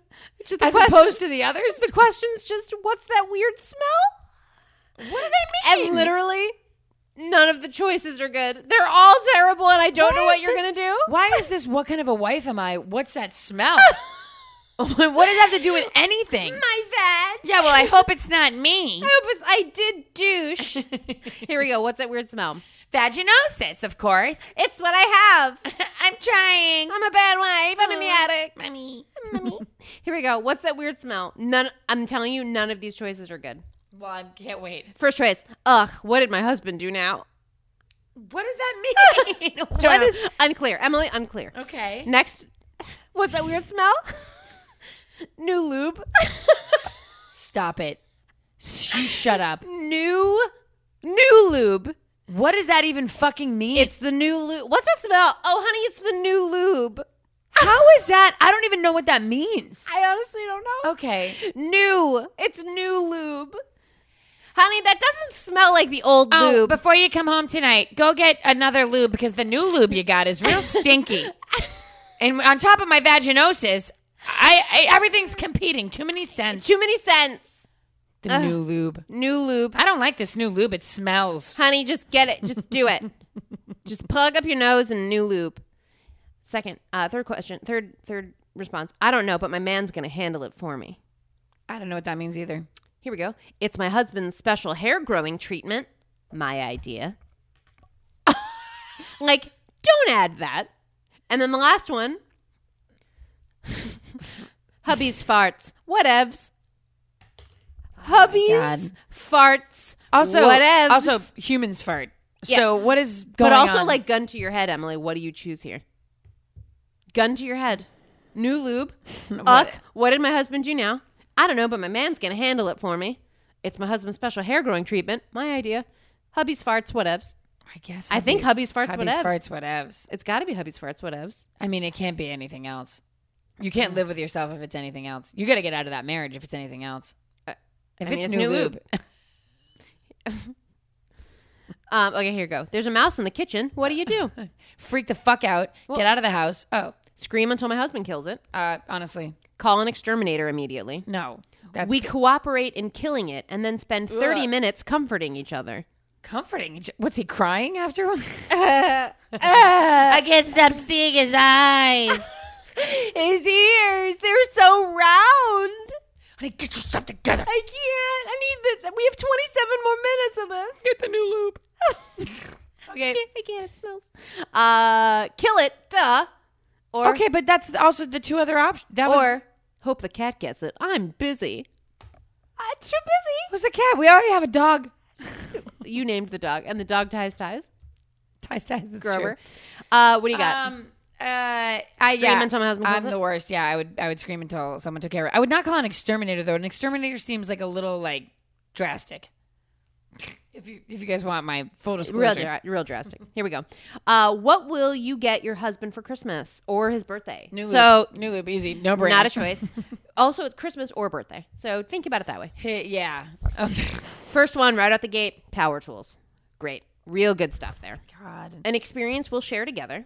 To the
as
question-
opposed to the others.
the question's just, what's that weird smell?
what do they mean?
And literally, none of the choices are good. They're all terrible, and I don't know what
is
you're
this-
gonna do.
Why is this? What kind of a wife am I? What's that smell? what does that have to do with anything?
My bad.
Yeah, well, I hope it's not me.
I hope it's, I did douche. Here we go. What's that weird smell?
Vaginosis, of course.
It's what I have.
I'm trying. Mm.
I'm a bad wife. I'm in the attic.
Mommy.
Here we go. What's that weird smell? None. I'm telling you, none of these choices are good.
Well, I can't wait.
First choice. Ugh. What did my husband do now?
What does that mean?
What is unclear? Emily, unclear.
Okay.
Next. What's that weird smell? New lube.
Stop it. Sh- You shut up.
new. New lube.
What does that even fucking mean?
It's the new lube. What's that smell? Oh, honey, it's the new lube.
how is that? I don't even know what that means.
I honestly don't know.
Okay.
New. It's new lube. Honey, that doesn't smell like the old lube.
Oh, before you come home tonight, go get another lube because the new lube you got is real stinky. and on top of my vaginosis, I, I everything's competing. Too many scents.
Too many scents.
the new lube.
New lube.
I don't like this new lube. It smells.
Honey, just get it. Just do it. just plug up your nose and new lube. Second, uh, third question, third, third response. I don't know, but my man's gonna handle it for me.
I don't know what that means either.
Here we go. It's my husband's special hair growing treatment. My idea. like, don't add that. And then the last one. Hubby's farts. Whatevs.
Oh
Hubby's farts.
Also,
whatevs.
also humans fart. So what is going
But also,
on?
like, gun to your head, Emily. What do you choose here? Gun to your head. New lube. Uck. What did my husband do now? I don't know, but my man's going to handle it for me. It's my husband's special hair growing treatment. My idea. Hubby's farts, whatevs.
I guess
I think hubby's farts,
Hubby's
whatevs.
farts whatevs.
It's got to be hubby's farts, whatevs.
I mean, it can't be anything else. You can't live with yourself if it's anything else. You got to get out of that marriage if it's anything else.
Uh,
If
I mean,
it's, new, lube,
Um, okay, here you go. There's a mouse in the kitchen. What do you do?
Freak the fuck out. get out of the house. Oh,
Scream until my husband kills it.
uh, honestly,
Call an exterminator immediately.
no. That's
we cooperate in killing it and then spend 30 minutes comforting each other.
comforting. What's he crying after?
I can't stop seeing his eyes. his ears, they're so round.
Honey, get your stuff together.
I can't. I need the. We have 27 more minutes of this.
Get the new lube. okay.
I can't. It smells. Uh, kill it, duh. Or,
Okay, but that's also the two other options. That
or
was
hope the cat gets it. I'm busy. I'm too
who's the cat? We already have a dog.
busy. You named the dog, and the dog ties ties.
Ties, ties. That's
Grover. Uh, what do you
true.
got?
Um. Uh. I yeah.
until my husband
I'm
calls it?
the worst. Yeah. I would. I would scream until someone took care of it. I would not call an exterminator though. An exterminator seems like a little like drastic. If you if you guys want my full
real,
disclosure,
dra- real drastic. Here we go. Uh, what will you get your husband for Christmas or his birthday?
new
so
lube, new lube, easy, no brainer.
not a choice. also, it's Christmas or birthday. So think about it that way.
Hey, yeah. Um,
First one right out the gate: power tools. Great, real good stuff there.
God.
An experience we'll share together.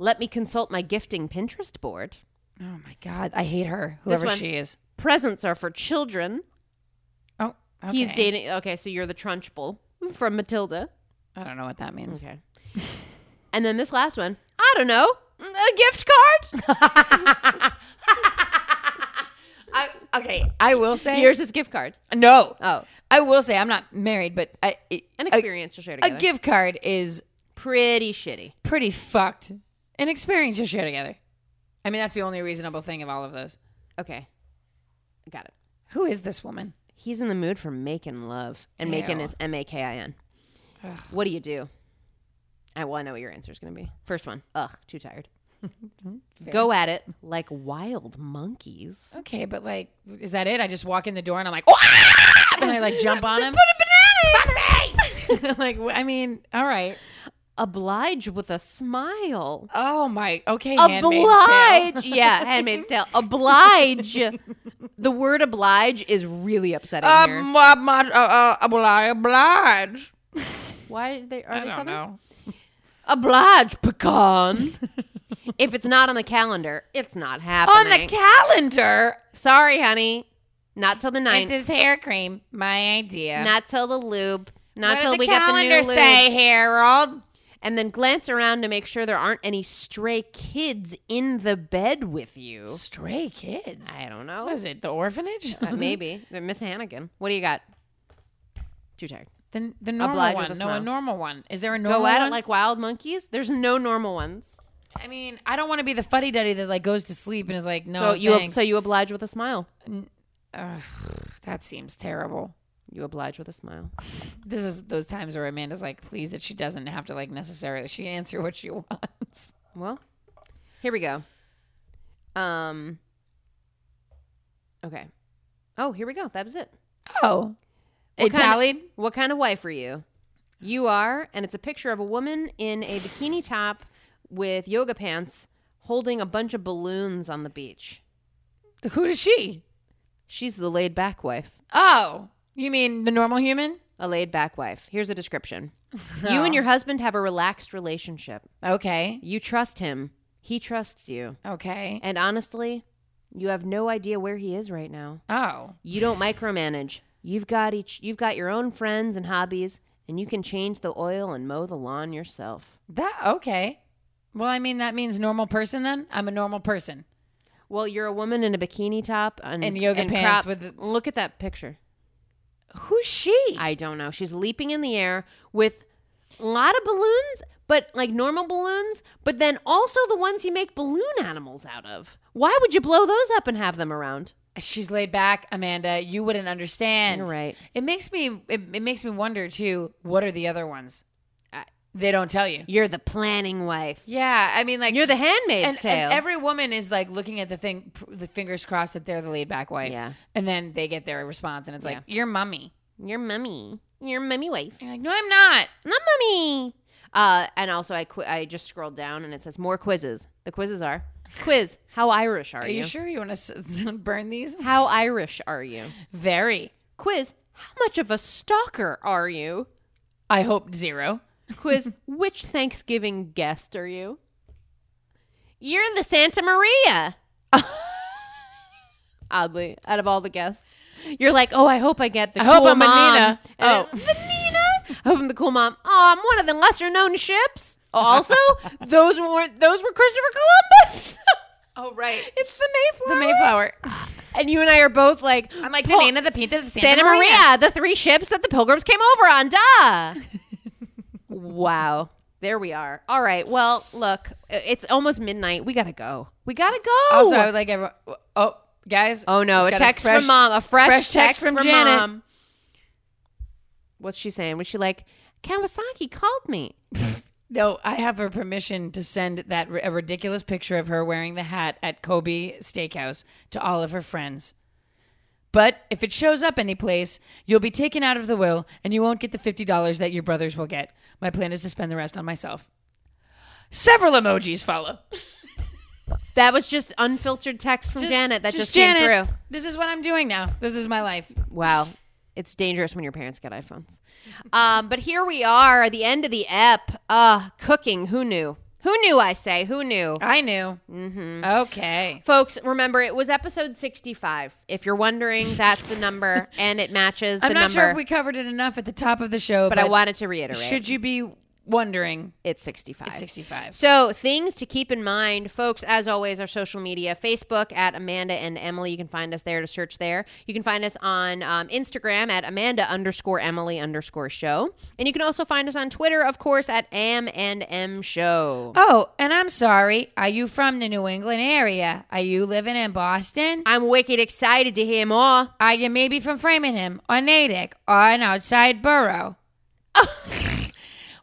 Let me consult my gifting Pinterest board.
Oh my God. I hate her. Whoever
one.
she is.
Presents are for children.
Oh. Okay.
He's dating. Okay, so you're the Trunchbull from Matilda.
I don't know what that means.
Okay. and then this last one, I don't know, a gift card.
I, okay. I will say.
Here's his gift card.
no.
Oh,
I will say I'm not married, but I, it-
an
a,
experience to share
a
together.
gift card is
Pretty shitty.
pretty fucked. An experience you share together. I mean, that's the only reasonable thing of all of those.
Okay, got it.
Who is this woman?
He's in the mood for making love, and making
Ew.
is M A K I N. What do you do? I well, I know what your answer is going to be. First one. Ugh, too tired. Go at it like wild monkeys.
Okay, but like, is that it? I just walk in the door and I'm like, "Ah!" and I like jump on him.
Put a banana.
like, wh- I mean, all right.
Oblige with a smile.
Oh my. Okay. Handmaid's Tale.
oblige. Yeah, Handmaid's Tale. Oblige. the word oblige is really upsetting here.
Um, uh, my- uh, uh, will I oblige?
Why are they are
I
they
don't
southern?
know.
Oblige pecan. if it's not on the calendar, it's not
On
happening.
the calendar,
Sorry, honey. Not till the
it's
ninth.
his hair cream. My idea.
Not till the lube. Not
What
till
did
we
the
get the
calendar
new lube.
say, Harold?
And then glance around to make sure there aren't any stray kids in the bed with you.
Stray kids.
I don't know.
What is it? The orphanage?
Uh, maybe. But Miss Hannigan. What do you got? Too tired.
the, the normal
Oblige with
one.
a
No,
smile.
a normal one. Is there a normal
Go at
one?
it like wild monkeys. There's no normal ones.
I mean, I don't want to be the fuddy duddy that like goes to sleep and is like, no,
So you ob-
thanks.
so you oblige with a smile.
Ugh, that seems terrible.
You oblige with a smile.
This is those times where Amanda's like, pleased that she doesn't have to like necessarily she answer what she wants.
Well, here we go. Um. Okay. Oh, here we go. That was it.
Oh, it
kind of-
tallied.
What kind of wife are you? You are, and it's a picture of a woman in a bikini top with yoga pants holding a bunch of balloons on the beach.
Who is she?
She's the laid back wife.
Oh, you mean the normal human?
A laid back wife. Here's a description You and your husband have a relaxed relationship.
Okay,
You trust him, he trusts you.
okay.
And honestly, you have no idea where he is right now.
Oh,
You don't micromanage. You've got each you've got your own friends and hobbies and you can change the oil and mow the lawn yourself.
that okay. Well, I mean that means normal person. Then I'm a normal person.
Well, you're a woman in a bikini top and,
And yoga pants with the-
Look at that picture.
Who's she?
I don't know. She's leaping in the air with a lot of balloons, but like normal balloons, but then also the ones you make balloon animals out of. Why would you blow those up and have them around?
She's laid back, Amanda. You wouldn't understand.
You're right.
It makes me. It, it makes me wonder too. What are the other ones? I, they don't tell you.
You're the planning wife.
Yeah, I mean, like
You're the handmaid's
and,
tale.
and every woman is like looking at the thing, pr- the fingers crossed that they're the laid back wife.
Yeah.
and then they get their response, and it's like, "You're mummy."
you're mummy. You're mummy wife.
You're like, "No, I'm not."
Not mummy. Uh, and also, I qu- I just scrolled down and it says more quizzes. The quizzes are quiz. How Irish are,
Are
you?
you sure you want to s- burn these?
How Irish are you?
Very.
Quiz. How much of a stalker are you?
I hope zero.
Quiz Which Thanksgiving guest are you? You're the Santa Maria. Oddly, out of all the guests, you're like, oh, I hope I get the
I
cool
hope I'm a
mom.
Nina. Oh.
And it's, "Vanina? I hope I'm the cool mom. Oh, I'm one of the lesser known ships.
Oh.
Also, those weren't those were Christopher Columbus.
Oh right,
it's the
the
Mayflower.
Mayflower.
and you and I are both like,
I'm like
Paul-
the Nina, the Pinta, the Santa,
Santa Maria, the three ships that the pilgrims came over on. Duh. wow. There we are. All right. Well, look, it's almost midnight. We got to go. We got to go.
Also, I would like everyone. Oh, guys.
oh, no.
just
A
got
text from mom. A fresh,
fresh text from Janet.
mom. What's she saying? Was she like, Kawasaki called me?
No, I have her permission to send that r- a ridiculous picture of her wearing the hat at Kobe Steakhouse to all of her friends. But if it shows up anyplace, you'll be taken out of the will and you won't get the $50 that your brothers will get. My plan is to spend the rest on myself. Several emojis follow.
That was just unfiltered text from Janet that just, came
Janet,
through.
This is what I'm doing now. This is my life.
Wow. It's dangerous when your parents get iPhones. Um, but here we are, the end of the ep. Uh, cooking. Who knew? Who knew, I say? Who knew?
I knew. Mm-hmm. Okay.
Folks, remember it was episode 65. If you're wondering, that's the number and it matches the
I'm not
number.
sure if we covered it enough at the top of the show,
but
but,
I wanted to reiterate.
Should you be wondering?
it's 65.
It's 65.
So, things to keep in mind, folks, as always, our social media Facebook at Amanda and Emily. You can find us there to search there. You can find us on um, Instagram at Amanda underscore Emily underscore show. And you can also find us on Twitter, of course, at Am and M show.
Oh, and I'm sorry. Are you from the New England area? Are you living in Boston?
I'm wicked excited to hear more.
Are you maybe from Framingham or Natick or an outside borough?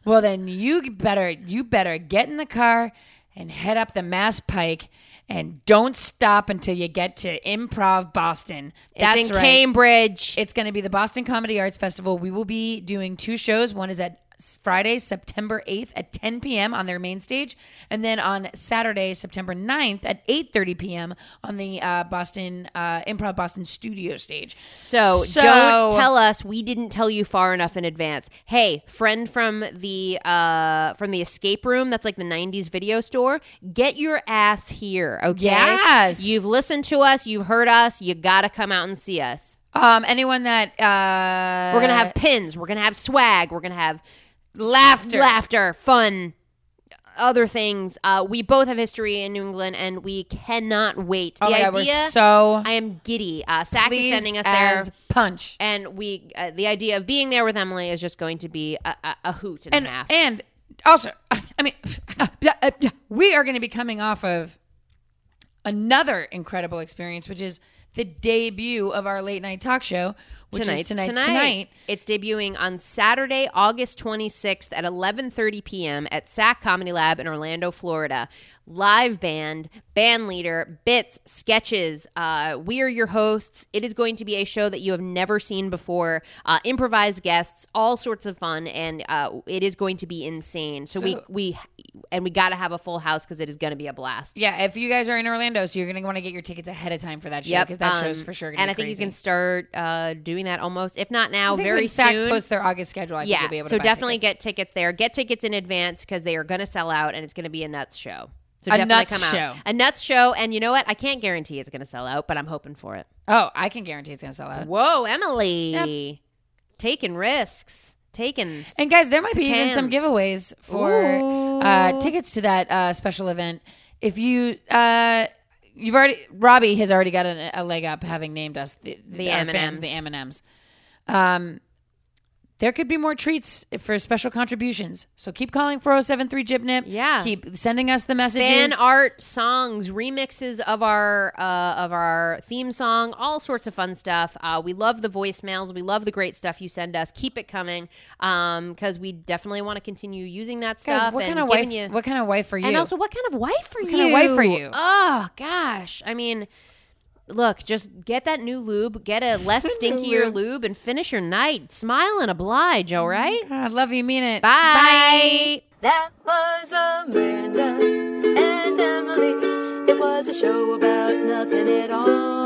well, then you better you better get in the car and head up the Mass Pike and don't stop until you get to Improv Boston. That's
it's in
right.
Cambridge.
It's going to be the Boston Comedy Arts Festival. We will be doing two shows. One is at s- Friday, September 8th at 10 p.m. on their main stage, and then on Saturday, September 9th at 8:30 p.m. on the uh, Boston uh, Improv Boston Studio stage.
So,
So-
don't tell us we didn't tell you far enough in advance. Hey, friend from the uh from the escape room, that's like the 90s video store, get your ass here, okay?
Yes.
You've listened to us, you've heard us, you got to come out and see us.
Um, anyone that uh,
We're going to have pins, we're going to have swag, we're going to have
laughter.
laughter, fun, other things. Uh we both have history in New England and we cannot wait.
Oh
the
my God, we're
idea
so
I am giddy. Uh Sack is
pleased
sending us
as
there.
punch.
and we uh, the idea of being there with Emily is just going to be a, a, a hoot and,
and
a half.
and also i mean we are going to be coming off of another incredible experience which is the debut of our late night talk show which is tonight's tonight,
It's debuting on Saturday, August 26th at 11:30 p.m. at SAC Comedy Lab in Orlando, Florida. Live band, band leader, bits, sketches. Uh, we are your hosts. It is going to be a show that you have never seen before. Uh, improvised guests, all sorts of fun, and uh, it is going to be insane. So, we
So-
we and we got to have a full house because it is going to be a blast.
yeah if you guys are in orlando so you're going to want to get your tickets ahead of time for that show
Yep,
because that
um,
show's for sure going to
And
be
I think
crazy.
you can start uh, doing that almost, if not now,
I think
very
when SAC
soon.
posts their august schedule i think
yeah,
you'll be able
so
to buy
definitely
tickets.
get tickets there. Get tickets in advance because they are going to sell out, and it's going to be a nuts show. So
A
definitely
nuts
come out.
show.
A nuts show, and you know what? I can't guarantee it's going to sell out, but I'm hoping for it.
oh i can guarantee it's going to sell out
Whoa, Emily, taking risks, taking.
And guys, there might be even some
Cans.
giveaways for
Ooh.
uh, tickets to that uh, special event. If you uh, you've already Robbie has already got an, a leg up having named us the
The
our
M&Ms.
fans, the M and M's. Um, there could be more treats for special contributions. So keep calling four zero seven three Jibnip.
Yeah.
keep sending us the messages.
Fan art, songs, remixes of our uh, of our theme song, all sorts of fun stuff. Uh, we love the voicemails. We love the great stuff you send us. Keep it coming because we definitely want to continue using that
Guys,
stuff.
what
and
kind of wife?
giving You,
What kind of wife are you?
and also, what kind of wife are you?
kind of wife are you?
Oh gosh, I mean. Look, just get that new lube, get a less stinkier
lube. Mm-hmm.
lube, and finish your night. Smile and oblige, all right?
Ah, I love you. Mean it.
Bye.
That was Amanda and Emily. It was a show about nothing at all.